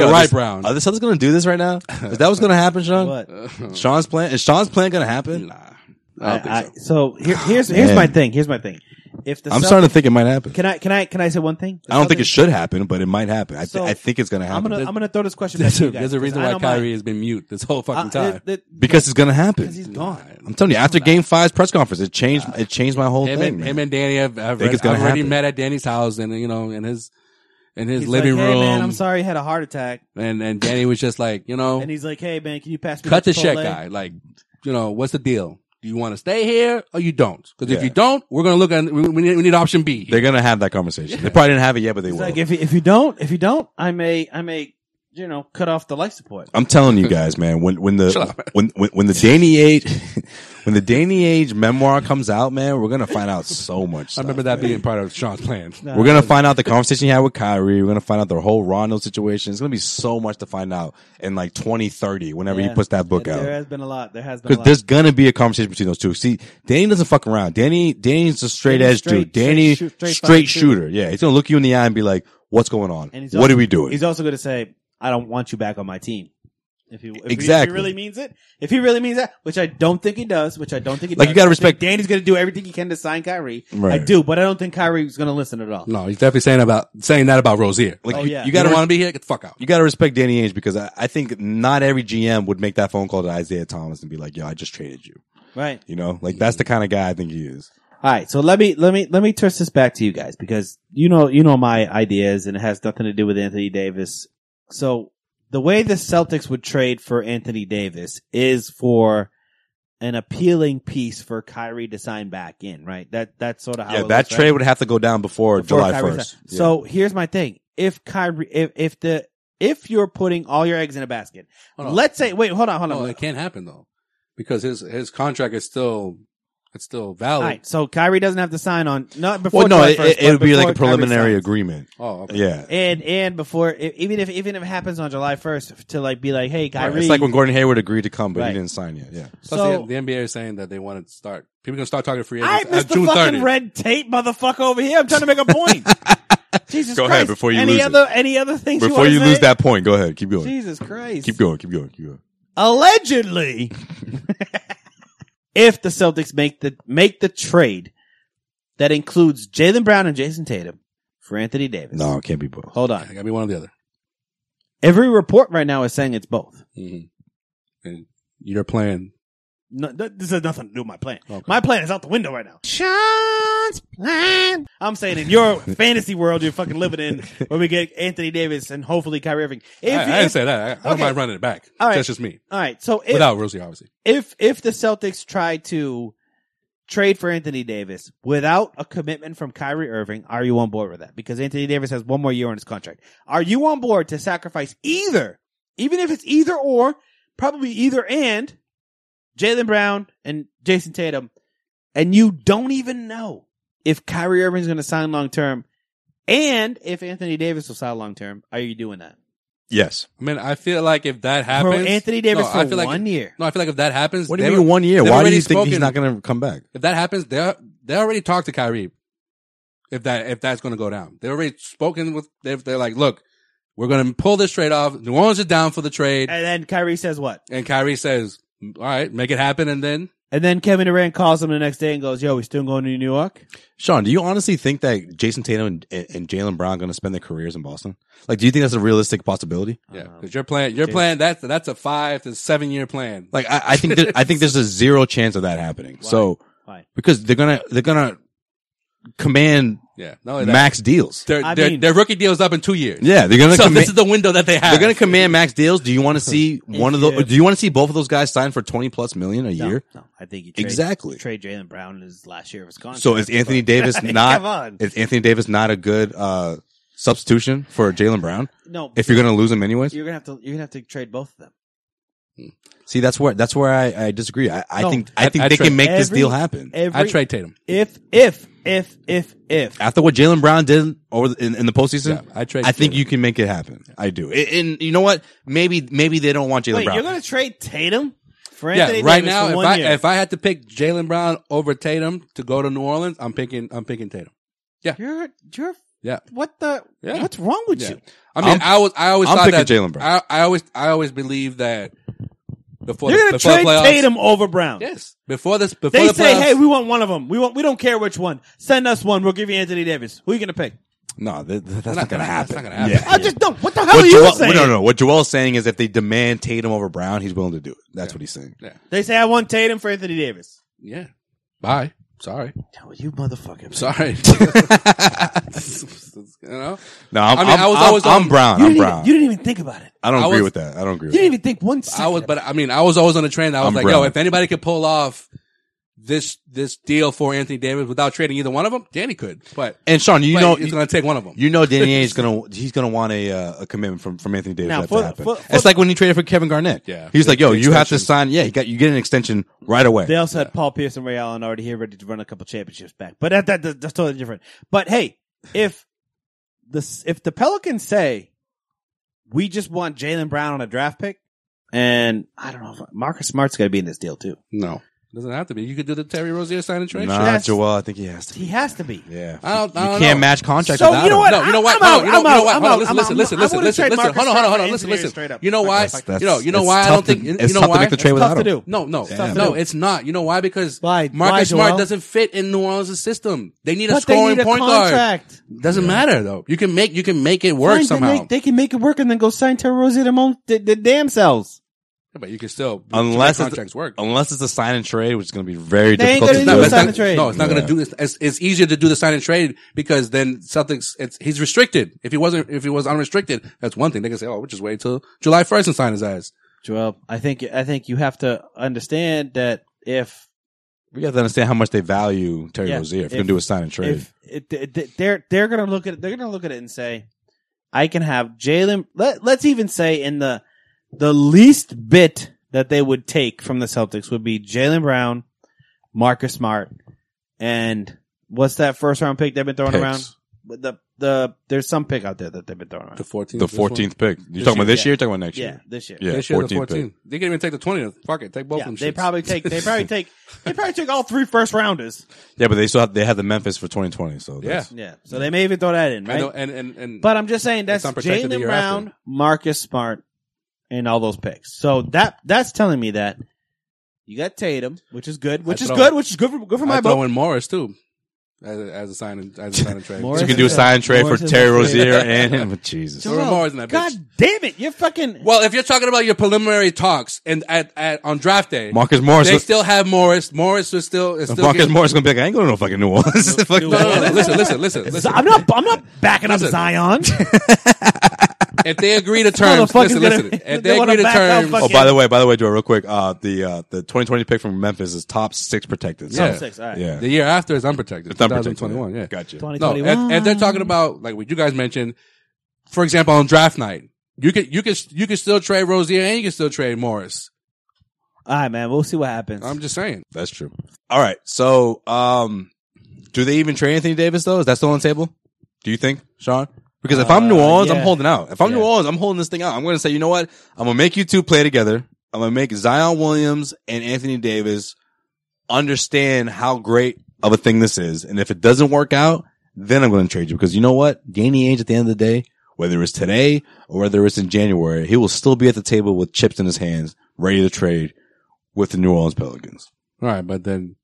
C: Yo,
D: right,
C: this-
D: Brown.
C: Are the Celtics going to do this right (laughs) now? Is that what's going to happen, Sean?
E: But
C: Sean's plan is Sean's plan going to happen?
D: nah, I
E: I,
D: don't think
E: I,
D: so.
E: so here, here's here's
C: Man.
E: my thing. Here's my thing. If the
C: I'm
E: Celt-
C: starting to think it might happen.
E: can I can I can I say one thing? The
C: I don't think it
E: Celtics-
C: should happen, but it might happen. I, th-
E: So,
C: I think it's going to
E: I'm
C: happen
E: gonna I'm gonna throw this question back
D: There's
E: to
D: a,
E: you guys.
D: there's a
E: 'cause
D: reason
E: I
D: why
E: don't mind.
D: Kyrie has been mute this whole fucking
E: Uh,
D: time.
E: it- it-
C: because it's going to happen.
E: he's gone.
C: I'm telling you, after Game Five's press conference, it changed. It changed my whole
D: him,
C: thing.
D: and,
C: man.
D: him and Danny have, have
C: Think
D: read-
C: it's gonna
D: I've already
C: happen.
D: met at Danny's house and you know in his in his
E: He's
D: living
E: like,
D: room.
E: Hey, man, I'm sorry, he had a heart attack.
D: And and Danny was just like you know
E: And he's like, "Hey, man, can you pass me
D: cut
E: that
D: the shit,
E: Chipotle?"
D: guy. Like, you know, what's the deal? Do you want to stay here or you don't? Because if
C: Yeah.
D: you don't, we're gonna look at we, we need, we need option B.
C: They're going to have that conversation.
E: (laughs)
C: They probably didn't have it yet, but they
E: He's
C: will.
E: like, if you, if you don't, if you don't, I may I may you know cut off the life support.
C: I'm telling
D: (laughs)
C: you guys, man. When when
D: Shut
C: the
D: up. (laughs)
C: when, when when the Danny Age (laughs) when the Danny Age memoir comes out, man, we're gonna find out so much.
D: (laughs) I
C: Stuff,
D: remember that
C: man.
D: being part of Sean's plan.
C: We're gonna find out the conversation he had with Kyrie. We're gonna find out the whole Rondo situation. It's gonna be so much to find out in like 2030, whenever
E: Yeah.
C: he puts that book
E: there There
C: out.
E: has been a lot. There has been a
C: Because
E: lot.
C: there's gonna be a conversation between those two. See, Danny doesn't fuck around. Danny, Danny's a straight
E: Danny's
C: edge dude.
E: straight-
C: Danny,
E: straight
C: straight,
E: shoot- straight fucking shooter.
C: shooter. Yeah, he's gonna look you in the eye and be like, "What's going on?
E: And he's
C: What
E: also-
C: are we doing?"
E: He's also going to say, "I don't want you back on my team." If he, if he- if
C: Exactly.
E: he really means it, if he really means that, which I don't think he does, which I don't think he
C: Like,
E: does,
C: you gotta
E: I think
C: respect-
E: Danny's going to do everything he can to sign Kyrie.
C: Right.
E: I do, but I don't think Kyrie's going to listen at all.
D: No, he's definitely saying about saying that about Rozier. Like,
C: like,
E: Oh,
C: you,
E: yeah.
C: you
D: you
C: gotta
D: don't want to be here? Get the fuck out.
C: you got to respect Danny Ainge because I, I think not every GM would make that phone call to Isaiah Thomas and be like, "Yo, I just traded you."
E: Right.
C: You know, like that's the kind of guy I think he is.
E: All right, so let me let me let me twist this back to you guys because you know you know my ideas and it has nothing to do with Anthony Davis. So the way the Celtics would trade for Anthony Davis is for an appealing piece for Kyrie to sign back in, right? That that's sort of how
C: yeah,
E: it
C: that
E: looks, right?
C: trade would have to go down before,
E: Before
C: July
E: Kyrie
C: first.
E: signs. So here's my thing: if Kyrie, if if the if you're putting all your eggs in a basket,
D: Hold on.
E: let's say wait, hold on, hold on.
D: No, it can't happen though, because his his contract is still it's still
E: all
D: valid.
E: right, so Kyrie doesn't have to sign on not before.
C: well, no,
E: July
C: it,
E: 1st,
C: it, it would
E: but
C: be like
E: before
C: a
E: Kyrie
C: preliminary
E: signs.
C: agreement.
D: Oh, okay.
C: Yeah,
E: And and before i- even if even if it happens on July first to like be like, hey Kyrie,
C: it's like when Gordon Hayward agreed to come, but
E: Right.
C: he didn't sign yet. Yeah,
D: Plus,
E: So-
D: the, the NBA is saying that they want to start. People are gonna start talking to free
E: I
D: agents
E: missed the
D: uh, June
E: fucking
D: 30th.
E: red tape, motherfucker, over here. I'm trying to make
C: (laughs)
E: a point. Jesus
C: Go
E: Christ!
C: ahead, before you
E: any
C: lose it.
E: other any other things you
C: before
E: wanna
C: you
E: say?
C: lose that point, go ahead, keep going,
E: Jesus Christ!
C: keep going, keep going, keep going.
E: allegedly (laughs) if the Celtics make the make the trade that includes Jalen Brown and Jason Tatum for Anthony Davis.
C: No, it can't be both.
E: Hold
D: I
E: on.
D: gotta be one or the other.
E: Every report right now is saying it's both.
C: Mm-hmm.
D: And you're playing.
E: No, th- this has nothing to do with my plan.
D: Okay.
E: My plan is out the window right now. Sean's plan. I'm saying in
D: (laughs)
E: your fantasy world you're fucking living in, where we get Anthony Davis and hopefully Kyrie Irving. If,
D: I, I
E: if-
D: didn't say that. I, I don't
E: Okay.
D: mind running it back.
E: All right.
D: That's just me.
E: all right, so if,
D: Without Rosie, obviously.
E: if if the Celtics try to trade for Anthony Davis without a commitment from Kyrie Irving, are you on board with that? Because Anthony Davis has one more year on his contract. Are you on board to sacrifice either, even if it's either or, probably either and Jalen Brown and Jason Tatum, and you don't even know if Kyrie Irving's going to sign long term and if Anthony Davis will sign long term? Are you doing that
C: Yes.
D: I mean, I feel like if that happens,
E: for Anthony Davis
D: no,
E: for
D: I feel like-
E: one year?
D: No, I feel like if that happens,
C: What do you
D: they
C: mean
D: were-
C: one year?
D: they've
C: Why do
D: already
C: you think he's
D: spoken.
C: not going to come back?
D: If that happens, they they already talked to Kyrie. If that if that's going to go down, they already spoken with. They're, they're like, look, we're going to pull this trade off. New Orleans is down for the trade,
E: And then Kyrie says what?
D: and Kyrie says, all right, make it happen, and then
E: And then Kevin Durant calls him the next day and goes, "Yo, we still going to New York?"
C: Sean, do you honestly think that Jason Tatum and, and Jalen Brown are going to spend their careers in Boston? Like, do you think that's a realistic possibility?
D: yeah, because you're playing, you're
E: Jason-
D: playing. That's that's a five to seven year plan.
C: Like, I, I think that, I think there's a zero chance of that happening. So
E: Why?
C: because they're gonna they're gonna command
D: Yeah, no,
E: Oh,
D: that-
C: max deals.
D: Their,
E: I
D: their,
E: mean-
D: their rookie deal is up in two years.
C: Yeah, they're gonna
D: so
C: comma-
D: this is the window that they have.
C: they're gonna command max deals. Do you want to
E: (laughs)
C: see one of
E: Yeah.
C: those? Do you want to see both of those guys sign for twenty plus million a
E: No,
C: year?
E: No, I think you trade,
C: Exactly.
E: trade Jalen Brown his last year of his contract.
C: So is Anthony Davis
E: (laughs) Come on.
C: not is Anthony Davis not a good uh, substitution for Jalen Brown?
E: no,
C: If you're gonna lose him anyways,
E: you're gonna have to you're gonna have to trade both of them.
C: see that's where that's where I, I disagree. I, I
E: No,
C: think I,
D: I-
C: think
D: I
C: they
D: trade
C: can make this
E: every-
C: deal happen.
E: Every
D: I trade Tatum.
E: if if if if if
C: after what Jalen Brown did over the, in, in the postseason,
D: Yeah, I trade
C: I think
D: Jalen.
C: you can make it happen. I do. And, and you know what? Maybe maybe they don't want Jalen
E: wait,
C: Brown.
E: you're gonna trade Tatum for
D: Yeah,
E: Anthony
D: right
E: Davis
D: now,
E: for
D: if
E: one
D: I
E: year.
D: if I had to pick Jalen Brown over Tatum to go to New Orleans, I'm picking I'm picking Tatum.
E: you're you're
D: Yeah,
E: what the
D: Yeah.
E: what's wrong with
D: Yeah.
E: you?
D: I mean,
C: I'm-
D: i was I always
C: I'm
D: thought
C: picking
D: that
C: Jalen Brown.
D: I, I always I always believed that before
E: You're
D: the-
E: gonna
D: before the
E: trade
D: playoffs-
E: Tatum over Brown.
D: Yes, before this before
E: They
D: the
E: say,
D: playoffs,
E: "Hey, we want one of them. We want. We don't care which one. Send us one. We'll give you Anthony Davis. Who are you gonna pick?
C: no, that, that's not, gonna
D: not gonna- that's
C: happen.
D: not gonna happen.
C: Yeah.
E: I just don't. What the hell
C: What
E: are you
C: Joel-
E: saying?
C: No, no. What Joel's saying is if they demand Tatum over Brown, he's willing to do it. That's what he's saying.
D: Yeah.
E: They say I want Tatum for Anthony Davis.
D: yeah, bye. Sorry,
E: No, you motherfucker. (laughs)
D: sorry. (laughs) you know,
C: No, I'm,
D: I
C: I
D: mean, I
C: was
D: was always
C: always I'm
D: on-
C: Brown.
E: You
C: I'm
E: didn't,
C: Brown.
E: even, you didn't even think about it.
C: I don't
D: I
C: agree
D: was-
C: with that. I don't agree.
E: You
C: With
E: didn't
C: that.
E: even think one
D: I
E: second.
D: was, but I mean, I was always on the train. I was
C: I'm
D: like, yo,
C: Brown.
D: if anybody could pull off this this deal for Anthony Davis without trading either one of them, Danny could. But
C: And Sean, you
D: but
C: know,
D: he's going to take one of them.
C: you know, Danny
E: (laughs)
C: Ainge is gonna he's gonna want a uh, a commitment from, from Anthony Davis
E: Now,
C: for that to happen.
E: for- for- for-
C: it's like when he traded for Kevin Garnett.
D: Yeah.
C: he's like, yo,
D: The
C: you have to
D: extension.
C: sign. Yeah, you got you get an extension right away.
E: They also had Paul Pierce and Ray Allen already here, ready to run a couple championships back. But that, that, that- that's totally different. But hey, if the if the Pelicans say we just want Jalen Brown on a draft pick, and I don't know if Marcus Smart's got to be in this deal too.
D: No, doesn't have to be. You could do the Terry Rozier sign and trade.
C: Nah,
E: That's-
C: Joel, I think he has to.
E: He has to be.
C: Yeah,
D: I don't-
C: you
D: I don't
C: can't
D: know.
C: match contracts.
E: So,
C: without
E: you know
C: him.
E: what?
D: No, you know what?
E: I'm
D: No,
E: out,
D: you know,
E: I'm
D: you know
E: out,
D: what?
E: I'm
D: Hold on,
E: out,
D: listen,
E: I'm
D: listen,
E: out.
D: listen,
E: I
D: listen,
E: wouldn't
D: listen,
E: trade
D: listen. Hold on,
E: Marcus
D: hold on, hold
E: Smart
D: on.
E: for Anthony
D: Listen,
E: Davis
D: listen.
E: straight up.
D: You know why?
C: That's- that's-
D: You know, you know
C: it's
D: why I
C: tough
D: don't think.
C: to-
D: You
C: it's
D: know
C: tough to
D: why?
C: make the trade
E: It's
C: without
E: tough to
C: him.
E: do.
D: No, no,
C: Damn.
D: no, it's not. You know why? Because
E: Why?
D: Marcus
E: Why,
D: Smart
E: Joel?
D: doesn't fit in New Orleans' system. They need a
E: But they
D: scoring
E: need a
D: point
E: contract.
D: guard. Doesn't matter though. You can make you can make it work
E: Fine, then
D: somehow.
E: They, they can make it work and then go sign Terry Rozier their own, their, their damn selves.
D: Yeah, but you can still
C: Unless it's-
D: contracts work.
C: Unless it's a sign and trade, which is going to be very
E: They
C: difficult.
E: ain't gonna
C: to
E: do
C: do.
E: a
D: it's
E: sign
D: not-
E: and trade.
D: No, it's not going to do this. It's, it's easier to do the sign and trade because then Celtics, it's, he's restricted. If he wasn't, if he was unrestricted, that's one thing. They can say, oh, we'll just wait till July 1st and sign his ass.
E: Joel, I think I think you have to understand that if
C: We have to understand how much they value Terry
E: Yeah,
C: Rozier if,
E: if-
C: you're going to do a sign and trade.
E: if it, th- th- they're they're gonna look at they're gonna look at it and say, I can have Jalen. Let Let's even say in the the least bit that they would take from the Celtics would be Jalen Brown, Marcus Smart, and what's that first round pick they've been throwing
C: Picks.
E: around? But The the there's some pick out there that they've been throwing around.
D: The 14th.
C: the
D: this one.
C: 14th pick. You're
E: This
C: talking about
E: year,
C: this
E: yeah.
C: year? You're talking about next
E: Yeah,
C: year?
E: this year.
C: Yeah,
D: This year, the
C: 14th pick.
D: 14th. They can even take the 20th. Fuck it. Take both
E: Yeah,
D: of them.
E: they
D: shits.
E: probably take they
D: (laughs)
E: probably take they probably took all three first rounders.
C: Yeah, but they still have, they have the Memphis for 2020. So
D: Yeah.
C: that's-
E: Yeah, so they may even throw that in,
D: I know,
E: right?
D: and, and, and,
E: But I'm just saying
D: It's
E: that's
D: unprotected the
E: Jalen
D: year
E: Brown,
D: after.
E: Marcus Smart, and all those picks. So that that's telling me that you got Tatum, which is good, which
D: I
E: is
D: throw-
E: good, which is good for good for my
D: I throw
E: book.
D: in Morris too. As a, as a sign and, as a sign and
E: (laughs)
D: trade.
E: Morris
C: you can do a
E: is-
C: sign and trade for
E: Morris is-
C: Terry Rozier and him. Jesus.
D: Throw in Morris in that
E: God
D: bitch.
E: damn it, you're fucking.
D: Well, if you're talking about your preliminary talks and at, at on draft day,
C: Marcus Morris.
D: they still have Morris. Morris was still is still
C: Marcus
D: getting-
C: Morris is going to be like, I ain't going to no fucking New Orleans. (laughs) Fuck
D: No, no, no,
C: that.
D: no. listen,
E: (laughs)
D: listen, listen, listen.
E: I'm not. I'm not backing up
D: Listen.
E: Zion.
D: (laughs) If they agree to terms,
E: Motherfucker's
D: listen,
E: gonna-
D: listen.
E: they
D: If they
E: wanna
D: agree to
E: back out
D: terms,
C: Oh,
E: fucking-
C: by the way, by the way, Joe, real quick, uh, the uh, the 2020 pick from Memphis is top six protected. So,
D: Yeah.
E: Six, all right.
C: yeah,
D: the year after is unprotected.
C: It's unprotected.
D: 2021, yeah.
C: Gotcha.
D: No, if, if they're talking about like what you guys mentioned, for example, on draft night, you could you could you could still trade Rozier and you can still trade Morris.
E: all right, man, we'll see what happens.
D: I'm just saying.
C: That's true. All right. So, um, do they even trade Anthony Davis though? Is that still on the table? Do you think, Sean? Because if I'm New
E: Uh,
C: Orleans, I'm
E: yeah.
C: holding out. If I'm New
E: Yeah.
C: Orleans, I'm holding this thing out. I'm going to say, you know what? I'm going to make you two play together. I'm going to make Zion Williams and Anthony Davis understand how great of a thing this is. And if it doesn't work out, then I'm going to trade you because you know what? Danny Ainge at the end of the day, whether it's today or whether it's in January, he will still be at the table with chips in his hands, ready to trade with the New Orleans Pelicans.
D: All right, but then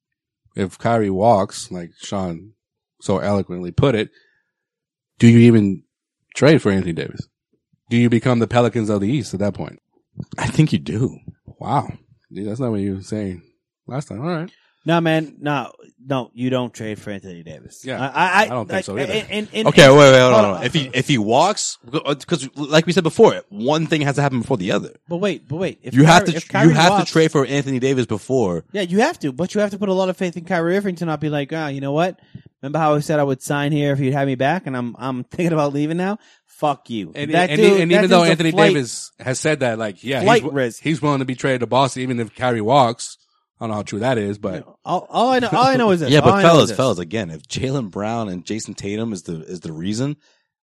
D: if Kyrie walks, like Sean so eloquently put it, do you even trade for Anthony Davis? Do you become the Pelicans of the East at that point?
C: I think you do.
D: Wow. Dude, that's not what you were saying last time. All right.
E: no, man, no, no, you don't trade for Anthony Davis.
D: Yeah.
E: I, I,
D: I don't think
E: like,
D: so either.
E: And, and, and,
C: Okay, wait, wait, hold
E: hold
C: on.
E: on.
C: If he if he walks, because like we said before, one thing has to happen before the other.
E: but wait, but wait, if
C: You have
E: Kyrie-
C: to
E: if
C: you
E: Kyrie
C: have
E: walks-
C: to trade for Anthony Davis before.
E: Yeah, you have to, but you have to put a lot of faith in Kyrie Irving to not be like, ah, you know what? Remember how I said I would sign here if you'd have me back, and I'm I'm (laughs) thinking about leaving now. Fuck you.
D: And,
E: That
D: and, e-
E: dude-
D: and
E: that
D: even though
E: dude's a
D: Anthony
E: flight-
D: Davis has said that, like, yeah,
E: flight
D: he's,
E: risk.
D: he's willing to be traded to Boston, even if Kyrie walks. I don't know how true that is, but
E: all, all I know, all I know is
C: (laughs)
E: this.
C: Yeah,
E: All
C: but
E: Oh, I know is
C: fellas,
E: this.
C: fellas, again, if Jalen Brown and Jason Tatum is the is the reason,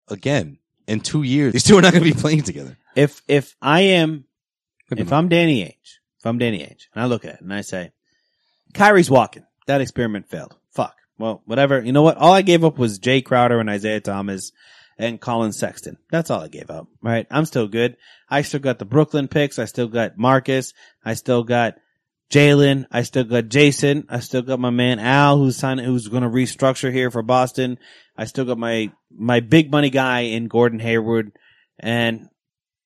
C: again, in two years these two are not going to be playing together.
E: if if I am,
D: Could be
E: if I'm Danny Ainge, if I'm Danny Ainge, and I look at it and I say, Kyrie's walking. That experiment failed. Fuck. Well, whatever. You know what? All I gave up was Jay Crowder and Isaiah Thomas and Colin Sexton. That's all I gave up. Right? I'm still good. I still got the Brooklyn picks. I still got Marcus. I still got Jalen. I still got Jason. I still got my man Al, who's signing, who's going to restructure here for Boston. I still got my my big money guy in Gordon Hayward, and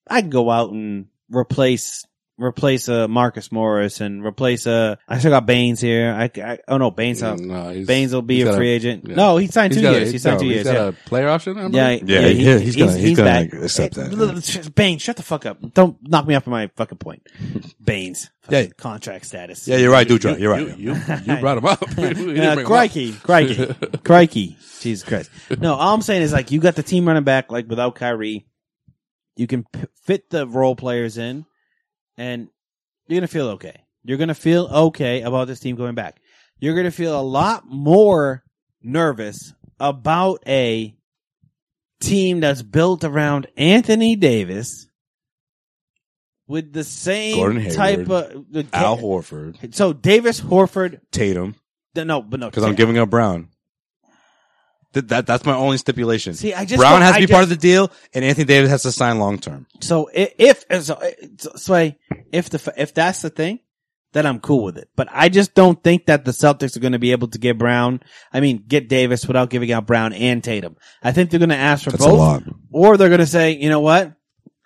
E: I can go out and replace replace a Marcus Morris and replace a. I still got Baines here. I, I oh no, Baines out.
D: Mm, No, he's-
E: Baines will be
D: he's
E: a
D: got
E: free agent.
D: yeah.
E: No, he signed
D: he's
E: two
D: got a-
E: years. He signed
D: no,
E: two years.
D: He's got
E: yeah.
D: a player option. I
E: Yeah,
D: believe?
C: Yeah, he- he's gonna- he's gonna
E: back.
C: accept that,
E: Hey, Baines, shut the fuck up! Don't knock me off of my fucking
C: (laughs)
E: point. Baines,
C: Yeah.
E: fucking contract status.
C: Yeah, you're right, Dutra. You're right.
D: You, you brought him up. (laughs) You
E: (laughs)
D: didn't
E: Yeah,
D: bring him up.
E: crikey,
C: (laughs)
D: (laughs)
E: crikey, crikey. Jesus Christ. No, all I'm saying is like you got the team running back like without Kyrie. You can p- fit the role players in, and you're gonna feel okay. You're gonna feel okay about this team going back. You're gonna feel a lot more nervous about a team that's built around Anthony Davis with the same
C: Gordon
E: type
C: Hayward,
E: of the-
C: Al Horford,
E: So Davis, Horford,
C: Tatum,
E: no, but no,
C: because I'm giving up Brown. Th- that that's my only stipulation.
E: See, I just
C: Brown
E: don't-
C: has
E: I
C: to be
E: just-
C: part of the deal, and Anthony Davis has to sign long term.
E: So i- if so, i- so- so if the if that's the thing, then I'm cool with it. But I just don't think that the Celtics are going to be able to get Brown. I mean, get Davis without giving out Brown and Tatum. I think they're going to ask for
C: That's a
E: both,
C: lot.
E: or they're going to say, you know what,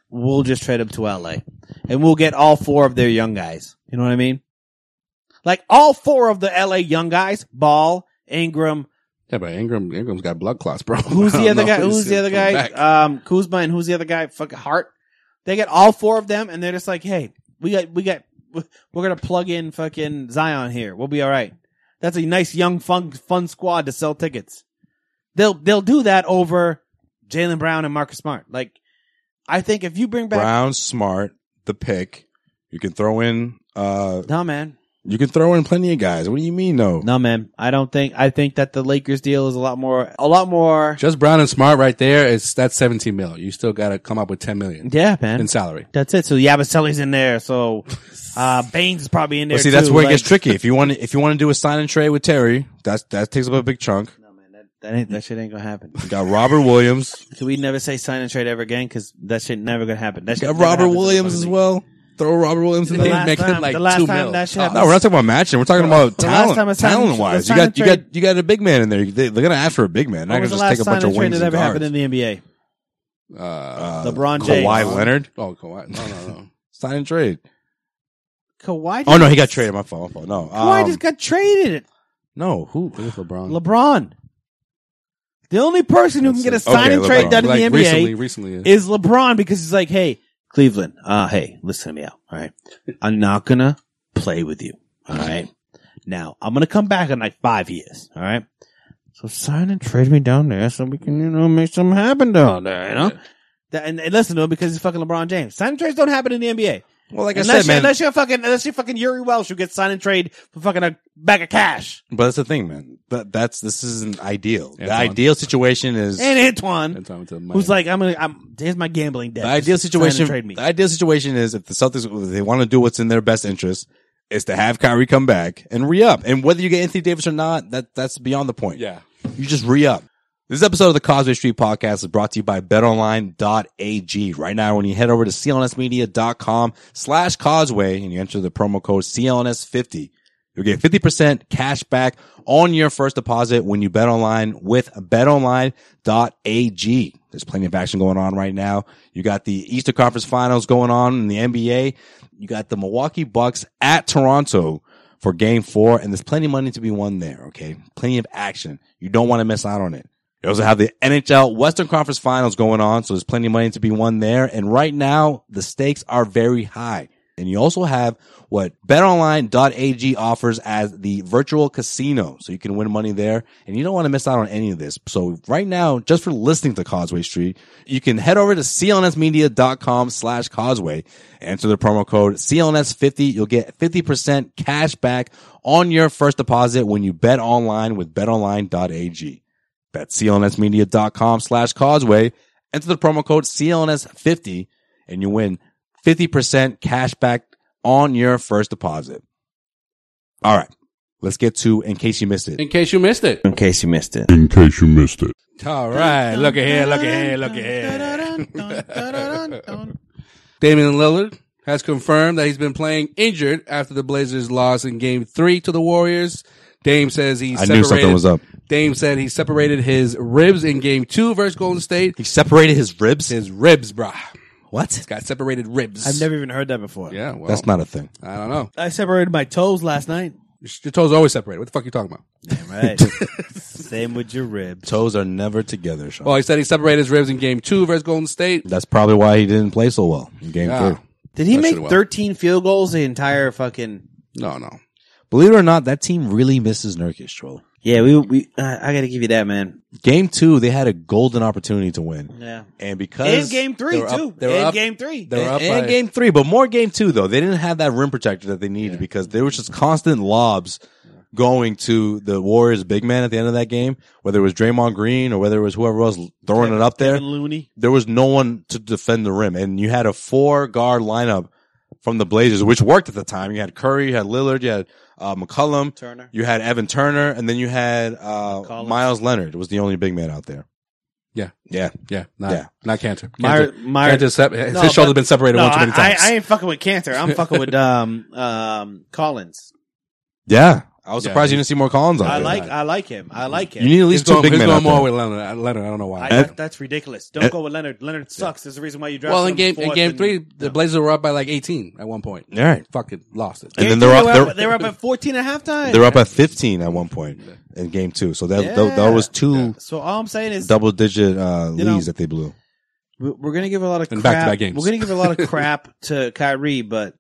E: we'll just trade him to LA and we'll get all four of their young guys. You know what I mean? Like all four of the LA young guys, Ball, Ingram,
D: Yeah, but Ingram Ingram's got blood clots, bro.
E: who's
D: (laughs) I
E: the
D: don't
E: other
D: know
E: guy?
D: if he's
E: Who's the other
D: coming
E: guy?
D: back.
E: Um, Kuzma and who's the other guy? Fucking Hart. They get all four of them and they're just like, hey, we got, we got, we're going to plug in fucking Zion here. We'll be all right. That's a nice young fun, fun squad to sell tickets. They'll, they'll do that over Jalen Brown and Marcus Smart. Like, I think if you bring back,
C: Brown, Smart, the pick. You can throw in. uh
E: no man,
C: You can throw in plenty of guys. What do you mean, though?
E: no man, I don't think, I think that the Lakers deal is a lot more, a lot more.
D: Just Brown and Smart right there is that's seventeen mil. You still got to come up with ten million
E: Yeah, man.
D: in salary.
E: That's it. So Yabaselli's in there. So
C: (laughs)
E: uh Baines is probably in there.
C: But see, that's
E: too.
C: where it
E: Like,
C: gets tricky. If you want, to, if you want to do a sign and trade with Terry, that's that takes up a big chunk.
E: No, man, that, that, ain't, that shit ain't gonna happen.
C: You got Robert
E: (laughs)
C: Williams.
E: Can we never say sign and trade ever again? Because that shit never gonna happen. That
C: You
E: shit
C: got
E: never
C: Robert
E: happens in the
C: Williams as
E: fucking
C: well. Throw Robert Williams in
E: league. The
C: there.
D: He's
E: last
D: making
E: time,
D: like
E: the last
D: two
E: time
D: mil.
E: that shit
D: Oh,
E: happened.
C: No, we're not talking about matching. We're talking about
E: the last time a
C: talent,
E: sign-
C: talent
E: a
C: wise. You
E: sign
C: got
E: and
C: you
E: trade-
C: got you got a big man in there. They, they're gonna ask for a big man. They're
E: When
C: not
E: was
C: gonna
E: the
C: just take
E: last
C: a bunch
E: sign
C: of
E: and trade
C: wings
E: that
C: and
E: ever happened in
C: guards.
E: the NBA?
D: Uh,
E: LeBron James.
C: Kawhi Leonard
D: oh, Kawhi. No, no, (laughs) no.
C: sign and trade.
E: Kawhi.
C: Oh no, he got traded. My fault. My fault. No,
E: Kawhi
C: um,
E: just got traded.
C: no. Who?
D: Look at
C: Um,
D: LeBron.
E: LeBron. The only person who can
C: That's
E: get a
C: it.
E: sign
C: Okay,
E: and trade
C: LeBron.
E: done in
D: like
E: the NBA
D: recently, recently. yeah.
E: is LeBron because he's like, hey, Cleveland, uh, hey, listen to me out. All right. I'm not going to play with you. All right. Now I'm going to come back in like five years. All right. So sign and trade me down there so we can, you know, make something happen down there, you know? That- and, and listen to him because he's fucking LeBron James. Sign and trades don't happen in the NBA.
C: Well, like I
E: unless,
C: said, man.
E: you, unless you're fucking, unless you're fucking Yuri Welsh who gets signed and trade for fucking a bag of cash.
C: but that's the thing, man. That that's this isn't ideal. The
D: Antoine.
C: ideal situation is
E: And Antoine,
D: That time to
E: who's
D: Miami.
E: like, I'm gonna, I'm, here's my gambling debt.
C: The ideal
E: Just sign and
C: situation.
E: trade me.
C: The ideal situation is if the Celtics if they want to do what's in their best interest is to have Kyrie come back and re up. And whether you get Anthony Davis or not, that that's beyond the point.
D: yeah.
C: You just re up. This episode of the Causeway Street Podcast is brought to you by betonline.ag. Right now, when you head over to clnsmedia.com slash causeway and you enter the promo code CLNS50, you'll get 50% cash back on your first deposit when you bet online with betonline.ag. There's plenty of action going on right now. You got the Easter Conference Finals going on in the NBA. You got the Milwaukee Bucks at Toronto for game four, and there's plenty of money to be won there, okay? Plenty of action. You don't want to miss out on it. You also have the NHL Western Conference Finals going on, so there's plenty of money to be won there. And right now, the stakes are very high. And you also have what betonline.ag offers as the virtual casino. So you can win money there and you don't want to miss out on any of this. So right now, just for listening to Causeway Street, you can head over to clnsmedia.com slash causeway, enter the promo code CLNS50. You'll get 50% cash back on your first deposit when you bet online with betonline.ag. That's clnsmedia.com slash causeway. Enter the promo code CLNS50 and you win 50% cash back on your first deposit. All right. Let's get to in case you missed it.
D: In case you missed it.
E: in case you missed it.
F: In case you missed it.
D: All right. Look at here. Look at here. Look at here. Damian Lillard has confirmed that he's been playing injured after the Blazers lost in game three to the Warriors. Dame says he
C: I knew something was up.
D: Dame said he separated his ribs in game two versus Golden State.
C: He separated his ribs.
D: His ribs, bruh.
C: what?
D: Got separated ribs.
E: I've never even heard that before.
D: Yeah, well,
C: That's not a thing.
D: I don't know.
E: I separated my toes last night.
D: Your toes are always separated. What the fuck are you talking about?
E: (laughs) Right. Same with your ribs.
C: Toes are never together, Sean.
D: Well, he said he separated his ribs in game two versus Golden State.
C: That's probably why he didn't play so well in game
D: Yeah.
C: three.
E: Did he
D: That
E: make
D: should've went.
E: 13 field goals the entire fucking?
D: No, no.
C: Believe it or not, that team really misses Nurkic, Joel.
E: Yeah, we we. Uh, I got to give you that, man.
C: Game two, they had a golden opportunity to win.
E: Yeah.
C: And
E: In
C: because
E: game
D: they
E: three
D: were up-
E: too.
D: they were
E: In
D: up-
E: game three.
D: They were up
C: and, and
D: by-
C: game three, but more game two though. They didn't have that rim protector that they needed because there was just constant lobs going to the Warriors big man at the end of that game, whether it was Draymond Green or whether it was whoever else throwing it up there.
E: Kevin Looney.
C: There was no one to defend the rim, and you had a four guard lineup from the Blazers, which worked at the time. You had Curry, you had Lillard, you had uh, McCollum,
E: Turner.
C: you had Evan Turner, and then you had uh,
E: Collins.
C: Miles Leonard was the only big man out there.
D: Yeah.
C: yeah.
D: Yeah, not,
C: Yeah.
D: not cancer.
E: Myr-
D: Cancer.
E: Myr-
D: Cancer sep- his
E: No,
D: shoulder's
E: but-
D: been separated
E: No,
D: one too
E: I,
D: many times. (laughs)
E: I, I ain't fucking with cancer. I'm fucking with um um Collins.
C: Yeah, I was surprised you didn't see more Collins on
E: I
C: there.
E: like I like him. I like him.
C: You need at
D: He's
C: least two
D: going,
C: big
D: he's
C: men.
D: going
C: out
D: more
C: there.
D: with Leonard. Leonard. I don't know why.
E: I,
C: Ed-
E: that, that's ridiculous. Don't go with Leonard. Leonard sucks. There's a reason why you drafted
D: well, in
E: him
D: game in
E: fourth
D: game
E: and-
D: three, the Blazers were up by like eighteen at one point.
C: All right.
D: Fucking lost it.
C: And
E: Game
C: then they're
E: three,
C: up.
E: they were
C: They're,
E: they were up at 14 at halftime.
C: they're up at 15 at one point in game two. So that that, that was two
E: So all I'm saying is
C: double digit uh, leads
E: know-
C: that they blew.
E: we- we're going to give a lot of
D: In
E: crap.
D: back-to-back games.
E: We're going to give a lot
D: (laughs)
E: of crap to Kyrie, but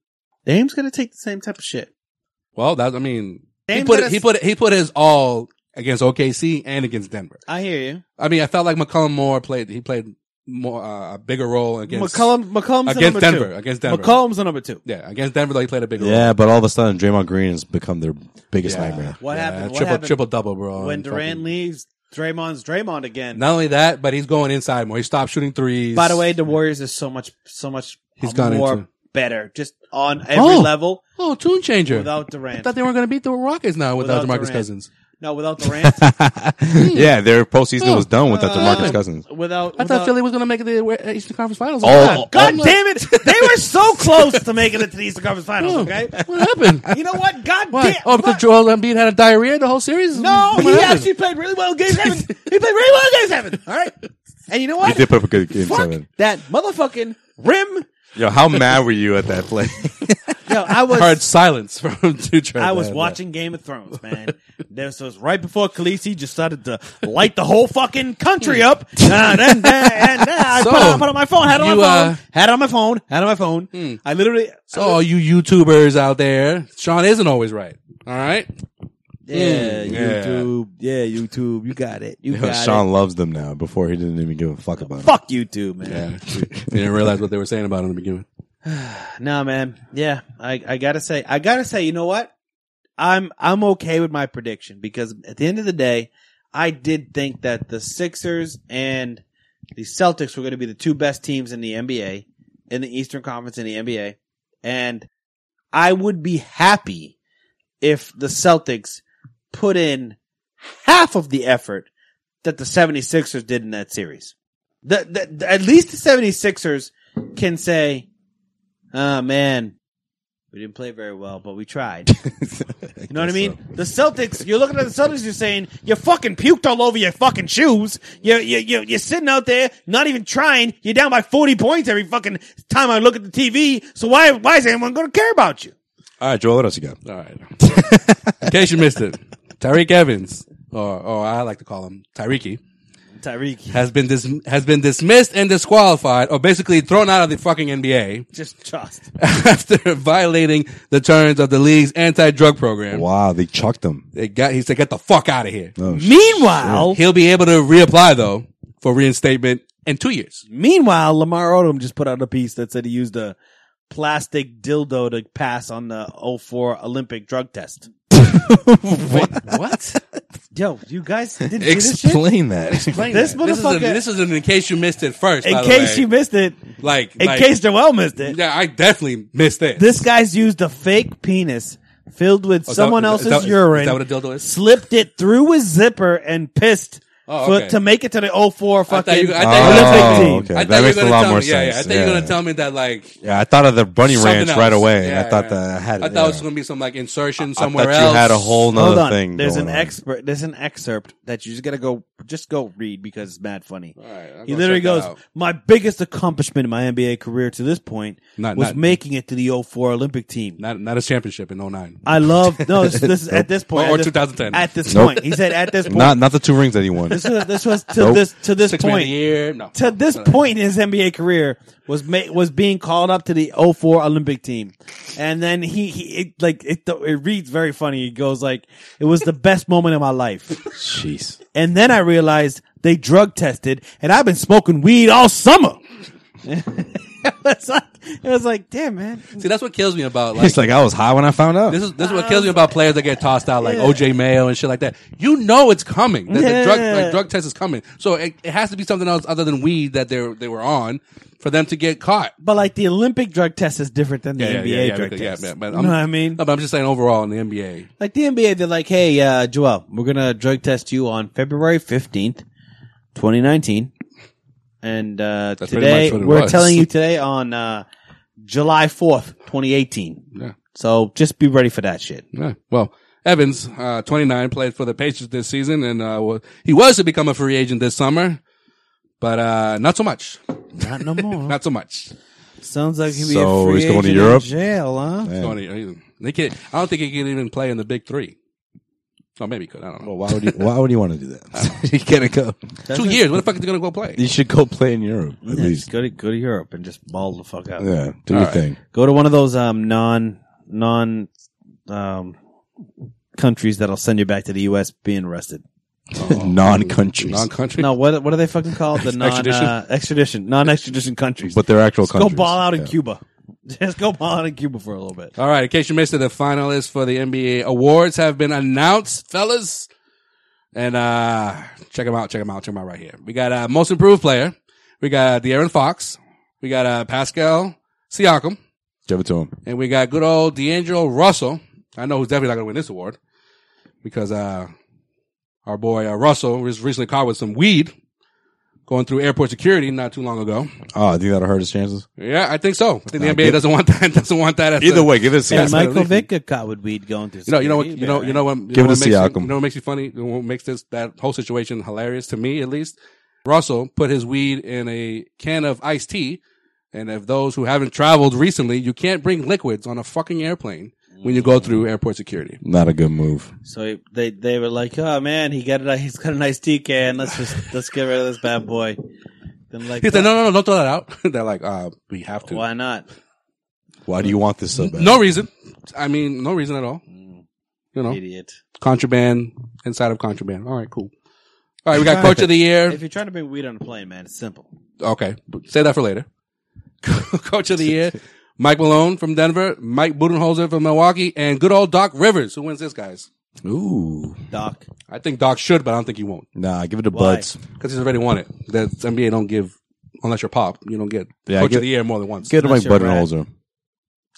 E: Dame's going to take the same type of shit.
D: Well, that I mean, he
E: Dame
D: put
E: got
D: he
E: us-
D: put he put his all against OKC and against Denver.
E: I hear you.
D: I mean, I felt like McCollum Moore played he played more uh, a bigger role against
E: McCollum, McCollum's the
D: against
E: number
D: Denver
E: two.
D: against Denver.
E: McCollum's the number two.
D: Yeah, against Denver, they played a bigger
C: Yeah,
D: role.
C: but all of a sudden, Draymond Green has become their biggest nightmare.
E: What happened? What
D: triple
E: happened
D: triple double, bro.
E: when
D: And
E: Durant
D: Oh, fucking-
E: leaves? Draymond's Draymond again.
D: Not only that, but he's going inside more. He stopped shooting threes.
E: By the way, the Warriors is so much, so much
D: He's gone
E: more
D: into-
E: better, just on every
D: Oh.
E: level
D: oh, tune changer.
E: without
D: I
E: Durant.
D: thought they weren't going to beat the Rockets now without,
E: Without
D: DeMarcus
E: Durant.
D: Cousins.
E: no,
D: (laughs)
E: without Durant.
C: (laughs) yeah, their postseason was done without DeMarcus
E: Uh,
C: Cousins.
E: Without,
D: I
E: without
D: thought Philly was going to make it the uh, Eastern Conference Finals.
C: All-
E: God
D: oh.
E: damn
D: (laughs)
E: it! They were so close to making it to the Eastern Conference
D: Oh.
E: Finals. Okay,
D: What happened?
E: (laughs) you know what? God
D: Why?
E: damn!
D: oh, because
E: what?
D: Joel Embiid had a diarrhea the whole series.
E: no,
D: What
E: he
D: happened?
E: actually played really well in Game Seven. he played really well in Game Seven. All right, and you know
C: He
E: what?
C: did put up a good game
E: Fuck
C: seven.
E: that motherfucking rim.
C: Yo, how mad were you at that (laughs) play?
E: Yo,
C: (laughs)
E: I was
D: hard silence from (laughs) two
E: I was watching Game of Thrones, man. this was right before Khaleesi just started to light the whole fucking country
C: Hmm.
E: up. and then, and then I
D: So,
E: put, it, I put it on my phone, had it on
D: you,
E: my phone,
D: uh,
E: had it on my phone, had it on my phone.
C: Hmm.
E: I literally,
D: So all Oh, you YouTubers out there, Sean isn't always right. All right,
G: Yeah,
C: hmm, Yeah.
G: YouTube. Yeah, YouTube. You got it. You
C: Yo,
G: got
C: Sean loves them now. Before he didn't even give a fuck about
G: it.
C: it.
G: Fuck YouTube, man.
C: (laughs)
D: I didn't realize what they were saying about him in the beginning.
E: No, man. Yeah, I, I gotta say, I gotta say, you know what? I'm I'm okay with my prediction because at the end of the day, I did think that the Sixers and the Celtics were going to be the two best teams in the NBA, in the Eastern Conference in the NBA, and I would be happy if the Celtics put in half of the effort that the 76ers did in that series. The, the, the- at least the 76ers can say, oh man, we didn't play very well, but we (laughs) tried. You know what I mean? The Celtics, you're looking at the Celtics, you're saying, you fucking puked all over your fucking shoes. You're, you you you're sitting out there, not even trying. You're down by 40 points every fucking time I look at the TV. So why, why is anyone going to care about you?
C: All right, Joel, what else you got?
D: All (laughs) right. In case you missed it, Tyreek Evans, or or I like to call him Tyreeki,
E: Tyreek,
D: has been dis- has been dismissed and disqualified, or basically thrown out of the fucking NBA
E: just trust. (laughs)
D: (laughs) after violating the terms of the league's anti-drug program.
C: Wow, they chucked him.
D: They got he said, "Get the fuck out of here."
G: Meanwhile,
D: He'll be able to reapply though for reinstatement in two years.
G: meanwhile, Lamar Odom
E: just put out a piece that said he used a plastic dildo to pass on the 04 Olympic drug test.
D: What?
E: Yo, you guys (laughs) didn't do this shit?
C: Explain that.
E: This
D: This is, a-
E: motherfucker,
D: this is an in case you missed it first. by
E: in
D: the
E: case
D: way.
E: you missed it,
D: like,
E: in
D: like-
E: case Joel missed it,
D: yeah, I definitely missed it.
E: this guy's used a fake penis filled with
D: Oh, is that-
E: someone
D: is
E: else's
D: that- is
E: urine.
D: that what a dildo is?
E: Slipped it through his zipper and pissed
D: Oh,
E: for,
D: okay.
E: to make it to the 04
D: I thought
E: fucking
D: you, I thought you were
C: Oh, okay.
D: gonna I thought
C: That
D: you were
C: makes a
D: gonna
C: lot
D: tell
C: more
D: me, yeah, yeah, I
C: sense.
D: thought you were
C: Yeah.
D: gonna tell me that like
C: Yeah, I thought of the bunny ranch
D: something else.
C: right away.
D: Yeah,
C: I thought
D: yeah.
C: that I had.
D: I thought it was
C: yeah.
D: gonna be some like insertion
C: I
D: somewhere
C: thought
D: else.
C: You had a whole nother
E: Hold on.
C: thing.
E: There's
C: going
E: an
C: on.
E: expert. There's an excerpt that you just gotta go. Just go read because it's mad funny.
D: right, I'm
E: he
D: gonna
E: literally
D: check that
E: goes,
D: out.
E: "My biggest accomplishment in my NBA career to this point
D: Not-
E: was
D: not-
E: making it to the 04 Olympic team.
D: not not a championship in 09.
E: I love no.
C: (laughs)
E: This, this is at this point.
D: Or- or
E: at this,
D: 2010.
E: At this
C: Nope.
E: point, he said. At this point,
C: Not not the two rings that he won.
E: this was this was to
C: Nope.
E: this to this
D: Six man of the
E: point.
D: year. No.
E: To this point in his NBA career was ma- was being called up to the 04 Olympic team, and then he, he it, like it it reads very funny. He goes like, "It was the best moment of my
D: (laughs)
E: life."
C: (laughs) Jeez.
E: And then I realized they drug tested and I've been smoking weed all summer. (laughs) it, was like, it was like, damn, man.
D: See, that's what kills me about like
C: It's like I was high when I found out.
D: This is this is what kills me about players that get tossed out, like OJ Mayo and shit like that. You know it's coming. The, the drug
E: Yeah.
D: like, drug test is coming, so it, it has to be something else other than weed that they they were on for them to get caught.
E: But like the Olympic drug test is different than the NBA drug
D: because-
E: test.
D: but
E: you
D: I'm-
E: know what I mean?
D: No, but I'm just saying overall in the NBA.
E: Like the NBA, they're like, hey, uh, Joel, we're going to drug test you on February 15th, 2019. And uh,
D: That's pretty much
E: today,
D: what it
E: we're
D: was.
E: telling you today on uh, July 4th, 2018.
D: Yeah.
E: So just be ready for that shit.
D: Yeah. Well, Evans, uh, 29, played for the Patriots this season, and uh, wa- he was to become a free agent this summer, but uh, not so much.
H: Not no more.
D: (laughs) Not so much.
H: Sounds like he'd be
C: So,
H: a free
C: he's going to
H: agent in
C: Europe?
H: jail, huh?
C: Man.
D: Going to- They can I don't think he could even play in the big three. Oh, maybe he could. I don't know.
C: Well, (laughs) why would you? Why would you want to do (laughs) that? you gotta go.
D: Two years. What the fuck is he going to go play?
C: You should go play in Europe at
E: Yeah, just
C: least.
E: go to go to Europe and just ball the fuck out.
C: Yeah, do
D: All
C: your
D: right.
C: thing.
E: Go to one of those um non non um countries that'll send you back to the U.S. being arrested.
C: Non-countries,
D: Non-country?
E: No, what what are they fucking called? The non extradition, uh, extradition non extradition countries.
C: but they're actual
E: go
C: countries.
E: ball out in
C: Yeah.
E: Cuba. (laughs) Just go ball out in Cuba for a little bit.
D: All right. In case you missed it, the finalists for the NBA awards have been announced, fellas. And uh check them out. Check them out. Check them out right here. We got uh, most improved player. We got De'Aaron Fox. We got uh, Pascal Siakam,
C: Give it to him.
D: and we got good old D'Angelo Russell. I know who's definitely not going to win this award because uh our boy uh, Russell was recently caught with some weed going through airport security not too long ago.
C: Oh, I think that'll hurt his
D: (laughs)
C: chances.
D: Yeah, I think so. I think the
C: Uh,
D: NBA
C: give-
D: doesn't want that. (laughs) Doesn't want that. as
C: Either
D: a-
C: way, give it a season.
E: And Michael Vick got caught with weed going through.
D: You know, you know what, you know, you know what, you
C: Give
D: know
C: it
D: what
C: to
D: makes
C: Siakam.
D: you know what makes you funny, You know what makes this that whole situation hilarious to me at least. Russell put his weed in a can of iced tea, and if those who haven't traveled recently, you can't bring liquids on a fucking airplane when you go through airport security.
C: Not a good move.
E: So he- they they were like, oh man, he got it. He's got a nice (laughs) TK, and let's just let's get rid of this bad boy. Then like,
D: He said, "No, no, no, don't throw that out." (laughs) They're like, "Uh, we have to."
E: why not?
C: Why do you want this so bad?
D: No reason. I mean, no reason at all. You know,
E: Mm. Idiot.
D: contraband inside of contraband. All right, cool. All right, we got coach of the year.
E: If you're trying to bring weed on a plane, man, it's simple.
D: Okay, but say that for later. (laughs) Coach of the year, Mike Malone from Denver, Mike Budenholzer from Milwaukee, and good old Doc Rivers. Who wins this, guys?
C: Ooh,
E: Doc.
D: I think Doc should, but I don't think he won't
C: nah. Give it to
E: Why?
C: Buds.
D: because he's already won it. The NBA don't give unless you're Pop, you don't get
C: Yeah,
D: Coach
C: give-
D: of the year more than once.
C: Give it to Mike
E: That's your rat.
C: Budenholzer.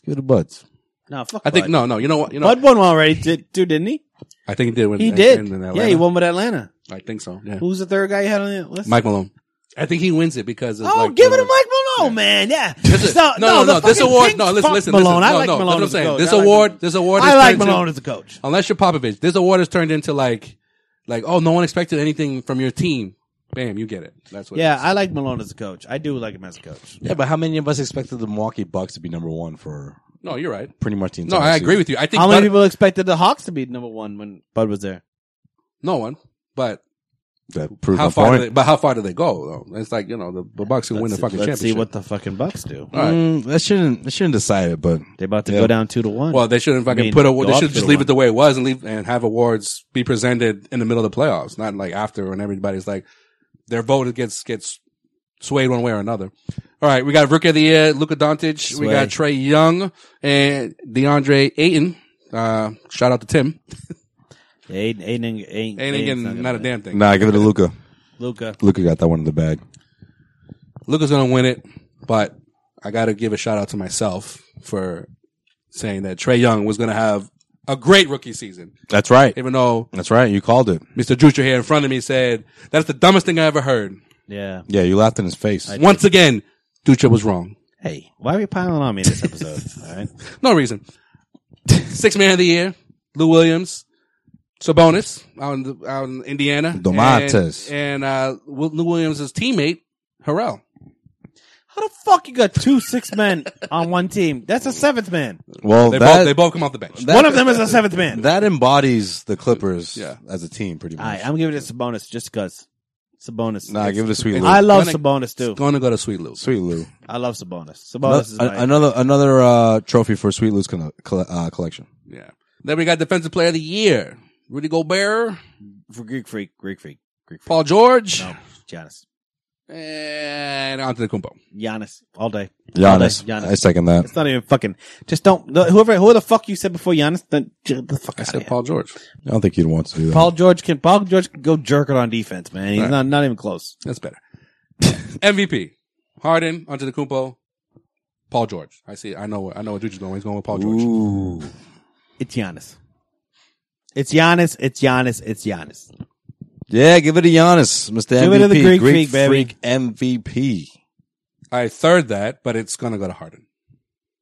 C: Give it to Buds.
E: No, fuck.
D: I think
E: Bud.
D: no, no. You know what? You know,
E: Bud won one already, did, too, didn't he?
D: I think he did. When,
E: He
D: in-
E: did.
D: in Atlanta.
E: yeah, he won with Atlanta.
D: I think so. Yeah,
E: Who's the third guy you had on the list?
D: Mike Malone. I think he wins it because of
E: Oh,
D: like,
E: give it
D: the-
E: to Mike Malone, man. Yeah.
D: This is-
E: No, no, the
D: This
E: fucking
D: award,
E: pink
D: no. Listen,
E: fuck
D: listen,
E: Malone.
D: listen.
E: I
D: No,
E: like
D: no,
E: Malone.
D: that's what I'm
E: as a
D: saying.
E: coach.
D: This
E: I like
D: award,
E: Malone.
D: this award.
E: I
D: is
E: like
D: turned to-
E: Malone as a coach.
D: unless you're Popovich, this award is turned into like, like, oh, no one expected anything from your team. Bam, you get it. That's what.
E: Yeah, I like Malone as a coach. I do like him as a coach.
C: Yeah, but how many of us expected the Milwaukee Bucks to be number one for
D: No, you're right.
C: pretty much the entire?
D: No, I agree with you. I think
E: How many
D: Bud-
E: people expected the Hawks to be number one when Bud was there?
D: no one. But
C: you. That proves
D: how
C: my
D: far? Do
C: point.
D: they, but how far do they go? Though? It's like you know the, the Bucks can win the
E: Let's-
D: fucking
E: Let's see
D: championship.
E: what the fucking Bucks do.
D: All right.
C: Mm, that shouldn't that shouldn't decide it, but
E: They're about to
C: Yeah.
E: go down two to one.
D: well, they shouldn't fucking
E: mean,
D: put. A,
E: go
D: they
E: up
D: should
E: to
D: just
E: the
D: leave
E: one.
D: it the way it was and leave and have awards be presented in the middle of the playoffs, not like after when everybody's like their vote gets gets swayed one way or another. All right, we got rookie of the year Luka Doncic, we got Trey Young and DeAndre Ayton. Uh, shout out to Tim.
E: Aiden, Aiden, Aiden,
D: Ain't
E: Aiden's
D: again, not a damn thing.
C: nah, give it to Luca.
E: Luca.
C: Luca got that one in the bag.
D: Luca's gonna win it, but I gotta give a shout out to myself for saying that Trey Young was gonna have a great rookie season,
C: That's right.
D: even though
C: That's right. You called it.
D: Mr. Jutra here in front of me said, that's the dumbest thing I ever heard.
E: Yeah.
C: Yeah, you laughed in his face.
D: Once again, Jutra was wrong.
E: Hey, why are we piling on me this
D: (laughs)
E: episode? All right.
D: No reason. (laughs) Six man of the year, Lou Williams, Sabonis out in, the, out in Indiana.
C: Domantas.
D: And, and uh, Wil- Lou Williams' teammate, Harrell.
E: How the fuck you got two six men on one team? That's a seventh man.
C: well,
D: They,
C: that,
D: both, they both come off the bench.
E: one of them is a seventh man.
C: that embodies the Clippers
D: Yeah.
C: as a team, pretty
E: All
C: much.
E: right, I'm giving it to Sabonis just because. Sabonis.
C: nah, give it a sweet Lou.
D: I-
E: I love
D: Gonna-
E: Sabonis too.
D: Going to go to Sweet Lou.
C: sweet Lou.
E: I love Sabonis. Sabonis
C: No-
E: is
C: a-
E: my
C: another another uh, trophy for Sweet Lou's colle- colle- uh, collection.
D: Yeah. Then we got Defensive Player of the Year, Rudy Gobert,
E: for Greek freak. Greek freak. Greek freak.
D: Paul George,
E: No, Giannis.
D: and Antetokounmpo.
E: Giannis all day. All day.
C: Giannis, I second that.
E: It's not even fucking. Just don't. the- Whoever, whoever the fuck you said before Giannis, then j- the fuck I
D: I
E: said.
D: said Paul George.
C: I don't think you'd want to do that.
E: Paul George can. Paul George can go jerk it on defense, man. He's
D: Right.
E: not not even close.
D: That's better. (laughs) MVP. Harden, Antetokounmpo, Paul George. I see. I know where I know where Juju's going. He's going with Paul George.
C: Ooh,
E: It's Giannis. It's Giannis. It's Giannis. It's Giannis.
C: yeah, give it to Giannis, Mister MVP,
E: Give it to the Greek freak, baby.
C: freak MVP.
D: I third that, but it's gonna go to Harden.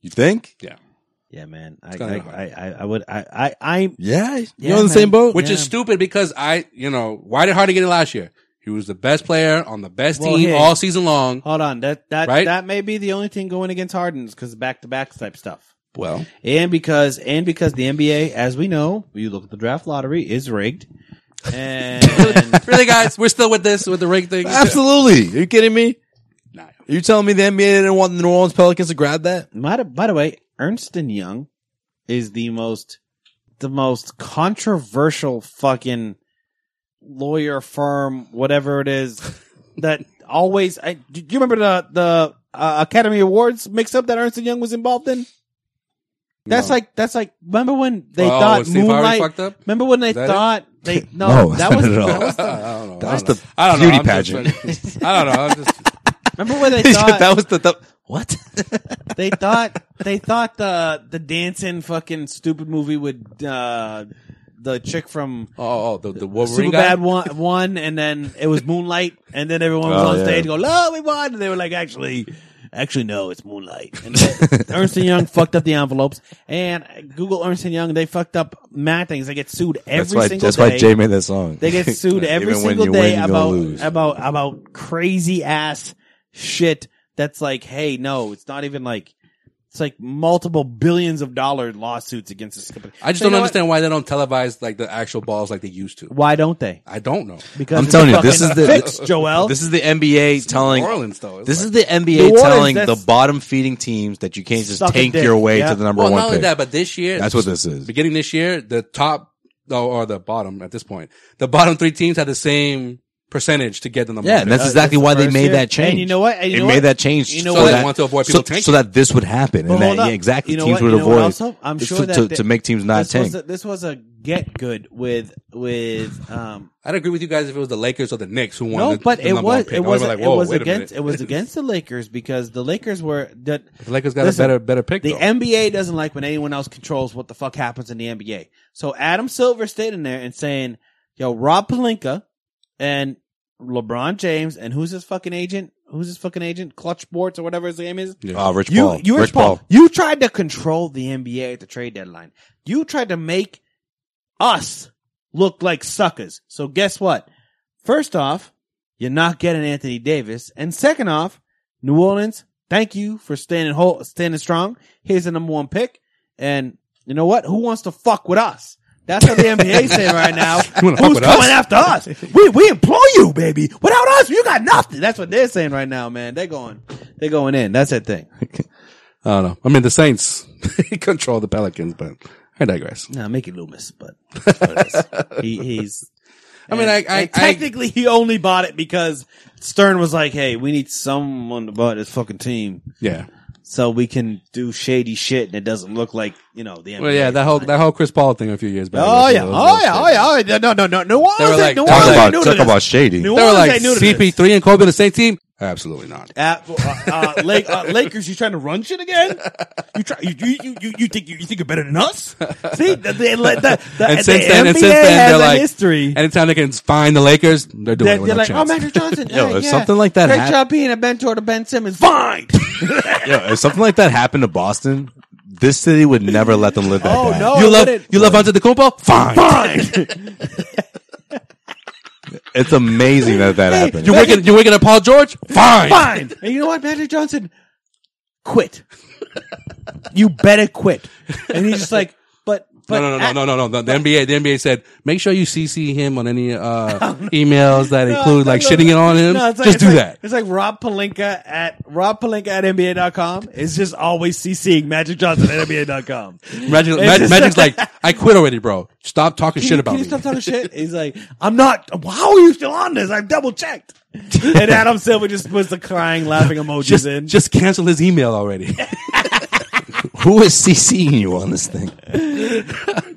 C: You think?
D: Yeah.
E: Yeah, man. I,
D: gonna
E: I,
D: be hard.
E: I, I, I would. I, I, I'm.
C: Yeah, you
E: Yeah,
C: know the
E: man.
C: same boat.
D: Which is stupid because I, you know, why did Hardy get it last year? He was the best player on the best
E: Well,
D: team
E: hey.
D: all season long.
E: Hold on. That that
D: Right?
E: that may be the only thing going against Harden's because back to back type stuff.
D: Well,
E: And because and because the NBA, as we know, you look at the draft lottery is rigged.
D: (laughs)
E: And
D: really, guys, we're still with this with the rig
E: (laughs)
D: thing.
C: Absolutely. Are you kidding me?
D: Nah.
C: Are you telling me the NBA didn't want the New Orleans Pelicans to grab
E: (laughs)
C: that?
E: by, the- by the way, Ernst and Young is the most the most controversial fucking lawyer firm, whatever it
D: (laughs)
E: is, that always. I, do you remember the the uh, Academy Awards mix up that Ernst and Young was involved in? That's
D: No.
E: like that's like. Remember when they
D: Oh,
E: thought
D: was Steve Harvey
E: Moonlight?
D: fucked up?
E: Remember when they
D: Is that it?
E: thought
C: (laughs)
E: they no,
C: No, that's
E: that
C: not
E: was
C: at all.
E: that was the,
D: (laughs) I don't know.
C: That
D: I
C: was
D: don't
C: the
D: know. I don't
C: beauty
D: know. I'm just- I don't know. I'm just,
C: (laughs)
E: remember when they thought
C: that was the, the what?
E: (laughs) they thought they thought the the dancing fucking stupid movie with uh, the chick from
D: oh, oh, the, the Wolverine
E: Super
D: guy.
E: Bad won, won, and then it was Moonlight, and then everyone was
C: Oh,
E: on
C: yeah.
E: stage going, "No, we won!" And they were like, "Actually, actually, no, it's Moonlight." And then (laughs) Ernst and Young fucked up the envelopes, and Google Ernst and Young they fucked up mad things. They get sued every
C: That's why.
E: single
C: That's
E: day.
C: why Jay made that song. (laughs)
E: They get sued every
C: Even when
E: single
C: you
E: day
C: win, you're
E: about
C: gonna lose.
E: about about crazy ass shit. That's like, hey, no, it's not even like it's like multiple billions of dollar lawsuits against this company.
D: I just
E: So you
D: don't
E: know what?
D: understand why they don't televise like the actual balls like they used to.
E: why don't they?
D: I don't know.
E: Because
C: I'm
E: it's
C: telling
E: a
C: you, this
E: fucking
C: is the- (laughs)
E: fix, Joel.
C: This is the NBA telling.
D: New Orleans, though. It's
C: This
D: like-
C: is the
E: New
C: NBA
E: Orleans,
C: telling the
E: that's-
C: bottom feeding teams that you can't just
E: Suck a
C: tank
E: dick,
C: your way
E: yeah.
C: to the number
D: Well,
C: one
D: not only
C: pick.
D: that, but this year
C: That's what this is.
D: Beginning this year, the top oh, or the bottom at this point, the bottom three teams had the same percentage to get the number.
C: Yeah,
D: one
C: and
D: pick.
C: that's exactly why they
E: first
C: made
E: year.
C: that change.
E: And you know what? And you
C: it
E: know
C: made
E: what?
C: that change.
E: You know
C: so
E: what?
C: That,
D: They want to avoid
C: so,
D: people tanking.
C: so that this would happen,
E: But
C: and
E: hold
C: that, yeah,
E: up.
C: exactly
E: You know
C: teams
E: what?
C: would
E: You know what
C: avoid
E: also? I'm
C: It's
E: sure
C: to,
E: that
C: to,
E: the-
C: to make teams not
E: this
C: tank.
E: was a, this was a get good with with um
D: I'd agree with you guys if it was the Lakers or the Knicks who won.
E: no,
D: the,
E: but
D: the
E: it
D: number one
E: was
D: pick. I
E: it
D: would've
E: was
D: been
E: it
D: like, whoa,
E: was
D: wait a
E: against
D: minute.
C: (laughs)
E: it was against the Lakers because the Lakers were that
D: (laughs) The Lakers got
E: Listen,
D: a better better pick.
E: The
D: though.
E: NBA doesn't like when anyone else controls what the fuck happens in the NBA. So Adam Silver stayed in there and saying, "Yo, Rob Palinka and LeBron James and who's his fucking agent? Who's his fucking agent? Clutch Sports or whatever his name is.
C: Ah, Rich
E: you,
C: Paul.
E: you,
C: Rich Paul.
E: You tried to control the NBA at the trade deadline. You tried to make us look like suckers. So guess what? First off, you're not getting Anthony Davis, and second off, New Orleans, thank you for standing whole, standing strong. Here's the number one pick, and you know what? Who wants to fuck with us? That's what the NBA saying right now. Who's
D: wanna fuck
E: coming
D: with us?
E: after us? We we employ you, baby. Without us, you got nothing. That's what they're saying right now, man. They're going, they're going in. That's that thing.
D: I don't know. I mean, the Saints (laughs) control the Pelicans, but I digress.
E: Now make it Loomis,
D: (laughs)
E: but that's what it is. he, he's.
D: I mean, I- I-
E: and technically he only bought it because Stern was like, "Hey, we need someone to buy this fucking team
D: Yeah.
E: so we can do shady shit and it doesn't look like you know the." NBA.
D: Well, yeah, that whole that whole Chris Paul thing a few years back.
E: Oh
D: was-
E: yeah!
D: was-
E: Oh
D: was-
E: yeah! Oh yeah! Oh yeah! No! No! No! New Orleans
D: were
E: ain't-
D: like,
E: New
D: talk
E: Orleans ain't
C: about-
E: new to
C: talk
E: this.
C: about shady.
E: New
C: They
D: They were
E: Orleans
D: like
E: ain't new to this.
D: CP3 and Kobe on the same team. Absolutely not.
E: Uh, uh, uh, Lake, uh, Lakers, you trying to run shit again? You try? You you you- you, you think you, you think you're better than us? See, the, the, the, (laughs) the,
D: (laughs) and
E: the
D: since then,
E: NBA
D: and since
E: has
D: then, they're
E: a
D: like,
E: history.
D: anytime they can find the Lakers, they're doing
E: They're,
D: it
E: they're
D: with no
E: like, oh,
D: chance.
E: Magic
D: (laughs)
E: Johnson.
C: Yo,
E: yeah,
C: if
E: yeah.
C: something like that
E: Great
C: hap-
E: job being a mentor to Ben Simmons. Fine.
C: Yeah, if something like that happened to Boston, this city would never let them live that
E: Oh,
C: down.
E: no.
D: you love
E: wouldn't-
D: you love Antetokounmpo? Fine.
E: (laughs) Fine.
C: It's amazing that
E: (laughs)
C: that happened.
D: You're waking you're waking up Paul George? Fine.
E: Fine. And you know what, Magic Johnson? Quit. You better quit. And he's just like, but, but.
D: No, no, no,
E: at-
D: no, no, no, no. The NBA, the NBA said, make sure you CC him on
E: (laughs)
D: any uh, emails that
E: No,
D: include
E: no,
D: like
E: no,
D: shitting
E: no.
D: it on him.
E: No, it's like-
D: Just
E: it's
D: do
E: like-
D: that.
E: It's like Rob Palinka at Rob Palinka at NBA.com is just always CCing Magic Johnson at
D: (laughs)
E: NBA.com.
D: Magic,
E: It's
D: Mag-
E: just-
D: Magic's like, I quit already, bro. Stop talking
E: Can
D: shit
E: you-
D: about
E: can you
D: me.
E: stop talking shit? He's like, I'm not. How are you still on this? I've double checked. And Adam Silver just puts the crying, laughing emojis
D: (laughs) just,
E: in.
D: just cancel his email
E: (laughs)
D: already.
C: Who is CCing you on this thing?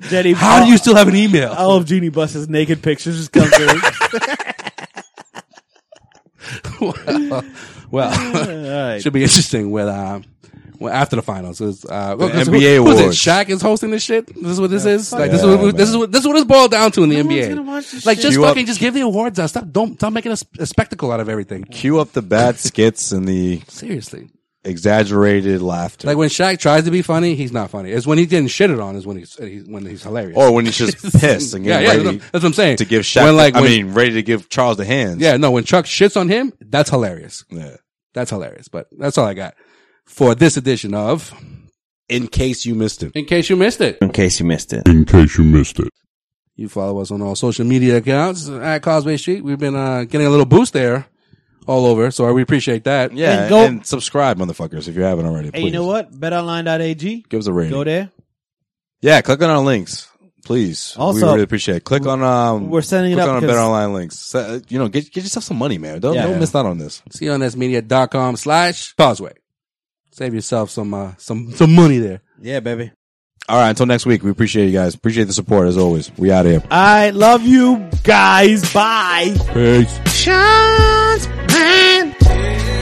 E: Jenny,
D: How do you still have an email?
E: All of Jeannie Buss's naked pictures just come
F: (laughs)
E: through. Oh.
D: (laughs) Well,
E: (laughs)
D: (laughs)
E: All right.
D: should be interesting with um, well, after the finals. Is, uh, well, 'cause
C: NBA
D: who- who is it?
C: awards.
D: Shaq is hosting this shit. This is what this is. Like this
C: yeah,
D: is what, this is
C: man.
D: what this is what it's boiled down to in the
E: one's
D: NBA.
E: gonna watch this
D: like
E: shit.
D: just
C: You up-
D: fucking just give the awards out. Stop don't stop making a, s- a spectacle out of everything.
C: Cue up the bad skits and the
D: Seriously,
C: exaggerated laughter.
D: Like when Shaq tries to be funny, he's not funny. It's when he's getting shitted on is when he's, he's when he's hilarious.
C: or when he's
D: (laughs)
C: just pissed and
D: yeah,
C: getting
D: yeah, that's
C: ready
D: what, that's what I'm saying.
C: to give Shaq.
D: when like
C: I
D: when,
C: mean, ready to give Charles the hands.
D: yeah, no, when Chuck shits on him, that's hilarious.
C: yeah.
D: That's hilarious. But that's all I got for this edition of.
C: In case you missed it,
D: In case you missed it,
F: In case you missed it.
I: In case you missed it.
D: you follow us on all social media accounts at Causeway Street. We've been uh, getting a little boost there, all over. So we appreciate that.
C: yeah,
F: And
C: and,
F: go-
C: subscribe, motherfuckers, if you haven't already.
F: Hey,
C: please.
F: you know what? BetOnline.ag.
C: Give us a rating.
F: Go there.
C: Yeah, click on our links, please.
E: Also-
C: we really appreciate it. Click on um,
E: We're setting it
C: click
E: up
C: on our
E: because-
C: better online links. So, you know, get get yourself some money, man. Don't
E: Yeah.
C: don't miss out on this.
D: clnsmedia.com slash causeway. Save yourself some uh, some some money there.
E: Yeah, baby.
C: All right, until next week, we appreciate you guys. Appreciate the support as always. We out of here.
F: I love you guys. Bye.
D: Peace.
F: Sean's man.